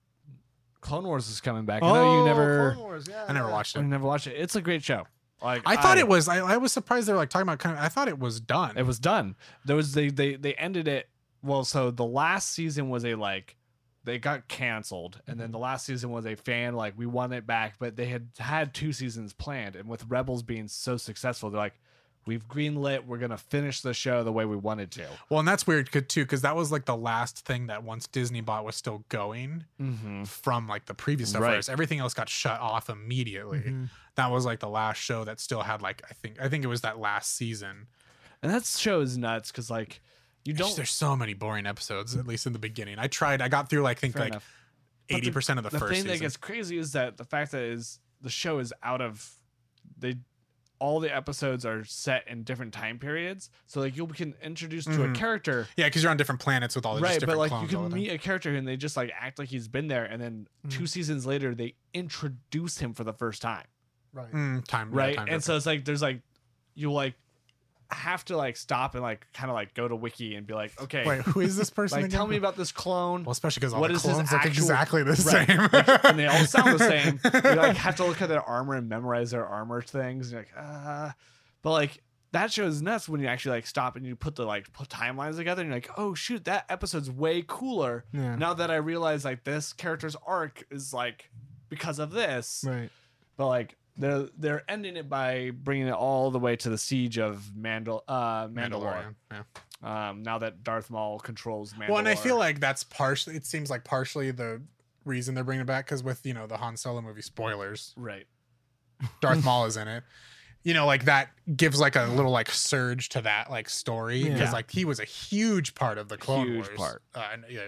C: Clone Wars is coming back. I know
B: Oh!
C: you never,
A: Clone Wars, yeah,
B: I never
A: yeah.
B: watched
C: I
B: it.
C: never watched it. It's a great show. Like
B: Uh, I thought it was. I, I was surprised they were like talking about. Kind of, I thought it was done.
C: It was done. There was they they they ended it. Well, so the last season was a like they got canceled, and then the last season was a fan like we want it back, but they had had two seasons planned, and with Rebels being so successful, they're like. We've greenlit. We're gonna finish the show the way we wanted to.
B: well, and that's weird 'cause- too because that was like the last thing that once Disney bought was still going
C: Mm-hmm.
B: from like the previous stuff.
C: Right.
B: Whereas everything else got shut off immediately.
A: Mhm.
B: That was like the last show that still had like I think I think it was that last season.
C: And that show is nuts because like you
B: Gosh,
C: don't.
B: there's so many boring episodes, at least in the beginning. I tried. I got through like I think
C: Fair
B: like
C: enough. But the-
B: eighty percent of the,
C: the
B: first
C: thing
B: season.
C: that gets crazy is that the fact that is the show is out of they all the episodes are set in different time periods so like you can introduce to a
B: Mhm.
C: character
B: yeah, because you're on different planets with all the just
C: right but
B: different
C: like you
B: clones. all
C: can
B: the time. Mm-hmm.
C: meet a character and they just like act like he's been there and then two seasons later they introduce him for the first time
A: Right.
B: Mm, time yeah,
C: right
B: time
C: and
B: jump.
C: so it's like there's like you like have to like stop and like kind of like go to wiki and be like okay
B: Wait, who is this person?
C: like
B: again?
C: tell me about this clone
B: Well, especially because all
C: What
B: the
C: is his
B: clones look
C: actual-
B: exactly the
C: Right.
B: same,
C: and they all sound the same. You like have to look at their armor and memorize their armor things. And you're like, uh but like that show is nuts when you actually like stop and you put the like put timelines together and you're like, oh shoot, that episode's way cooler.
A: Yeah.
C: Now that I realize like this character's arc is like because of this,
A: Right.
C: but like they're they're ending it by bringing it all the way to the siege of Mandal uh, Mandalore.
B: Mandalorian. Yeah.
C: Um, now that Darth Maul controls Mandalore.
B: Well, and I feel like that's partially. It seems like partially the reason they're bringing it back because with you know the Han Solo movie spoilers,
C: right.
B: Darth Maul is in it. You know, like that gives like a little like surge to that like story because
A: Yeah.
B: like he was a huge part of the Clone
C: Huge
B: Wars.
C: part.
B: Uh, and, yeah,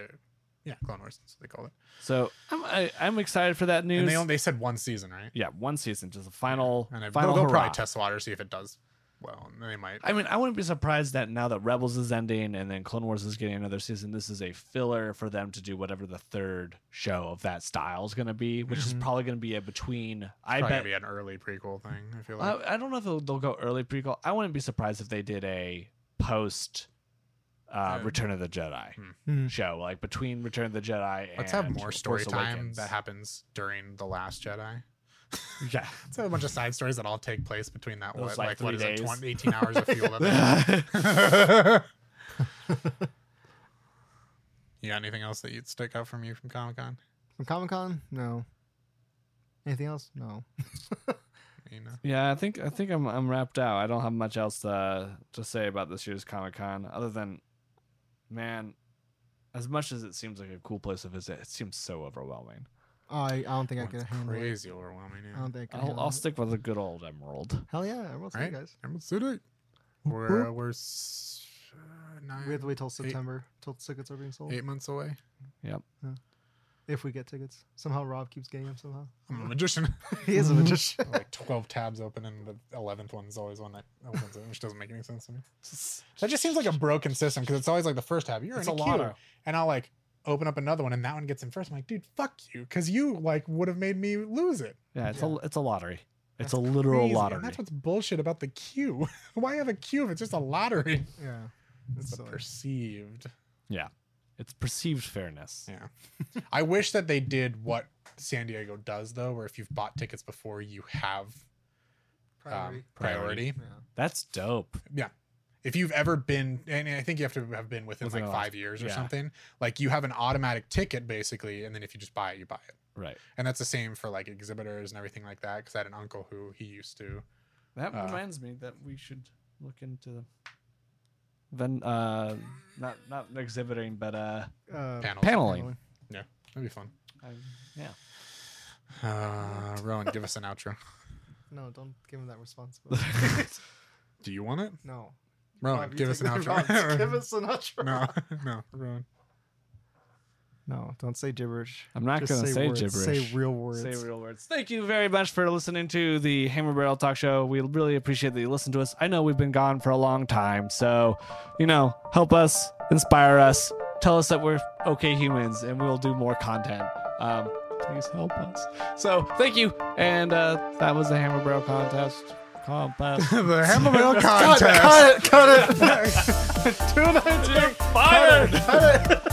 B: yeah, Clone Wars. That's what they call it.
C: So I'm I, I'm excited for that news.
B: And they only, they said one season, right?
C: yeah, one season, just the final
B: And I,
C: final
B: they'll, they'll
C: hurrah.
B: probably test the water see if it does well, and they might.
C: I mean, I wouldn't be surprised that now that Rebels is ending and then Clone Wars is getting another season, this is a filler for them to do whatever the third show of that style is going to be, which is
B: Mhm.
C: probably going to be a between. I
B: probably
C: bet. Oh,
B: be an early prequel thing. I feel like.
C: I, I don't know if they'll, they'll go early prequel. I wouldn't be surprised if they did a post uh,
B: Yeah.
C: Return of the Jedi
A: Hmm.
C: show, like between Return of the Jedi.
B: Let's
C: and
B: have more
C: Force
B: story time
C: Awakens.
B: that happens during The Last Jedi.
C: Yeah.
B: Let's have a bunch of side stories that all take place between that, what,
C: Those, like,
B: like,
C: three
B: what is
C: days.
B: it, 20, 18 hours of fuel that they have. You got anything else that you'd stick out from you from Comic Con?
A: From Comic Con? No. Anything else? No.
B: You know,
C: Yeah, I think I think I'm I'm wrapped out. I don't have much else uh, to say about this year's Comic Con other than, man, as much as it seems like a cool place to visit, it seems so overwhelming.
A: I, I don't think I
B: Well,
A: could
B: it's
A: handle it.
B: crazy overwhelming.
A: I
B: Yeah.
A: don't think I could
C: I'll,
A: handle
C: I'll
A: it.
C: stick with the good old Emerald.
A: Hell yeah, I will see
B: Right?
A: you guys.
B: Emerald City. We're uh, we're s- uh,
A: We have to
B: nine,
A: wait till September till tickets are being sold.
B: eight months away.
A: If we get tickets. Somehow Rob keeps getting them somehow.
B: I'm a magician.
A: He is a magician.
B: like twelve tabs open, and the eleventh one is always one that opens it, which doesn't make any sense to me. That just seems like a broken system because it's always like the first tab. You're
C: It's
B: in
C: a
B: a, queue,
C: lotto.
B: and I'll like open up another one, and that one gets in first. I'm like, dude, fuck you, because you like would have made me lose it.
C: Yeah, it's
A: Yeah.
C: a it's a lottery. It's
B: That's
C: a literal
B: Crazy,
C: lottery.
B: And that's what's bullshit about the queue. Why have a queue if it's just a lottery?
A: yeah. It's
B: It's the
A: silly.
B: perceived.
C: It's perceived fairness.
B: Yeah. I wish that they did what San Diego does though, where if you've bought tickets before, you have um, priority.
A: Yeah.
C: That's dope.
B: Yeah. if you've ever been, and I think you have to have been within
C: Within
B: like
C: the
B: five
C: last-
B: years or
C: yeah.
B: something, like you have an automatic ticket basically, and then if you just buy it, you buy it.
C: Right.
B: And that's the same for like exhibitors and everything like that. Because I had an uncle who he used to.
C: That
B: Uh,
C: reminds me that we should look into then uh not not exhibiting but uh
A: Uh,
B: Paneling.
C: paneling.
B: That'd be fun.
C: I- yeah.
B: Uh, Rowan, give us an outro.
A: No, don't give him that responsibility.
B: Do you want it?
A: no.
B: Rowan,
A: Rob, you
B: give us an
A: take the response. give
B: outro.
A: us an outro.
B: no, no, Rowan.
A: No, don't say gibberish.
C: I'm not
A: Just
C: gonna say,
A: words.
C: gibberish.
A: Say real words.
C: Say real words. Thank you very much for listening to the Hammer Barrel Talk Show. We really appreciate that you listen to us. I know we've been gone for a long time, so you know, help us, inspire us, tell us that we're okay humans, and we'll do more content. Um, please help us. So thank you, and uh, that was the Hammer Barrel contest. Contest.
B: the Hammermill
C: Cut,
B: contest.
C: cut it! Cut it! Tune in, Jake. Fired.
A: Cut it.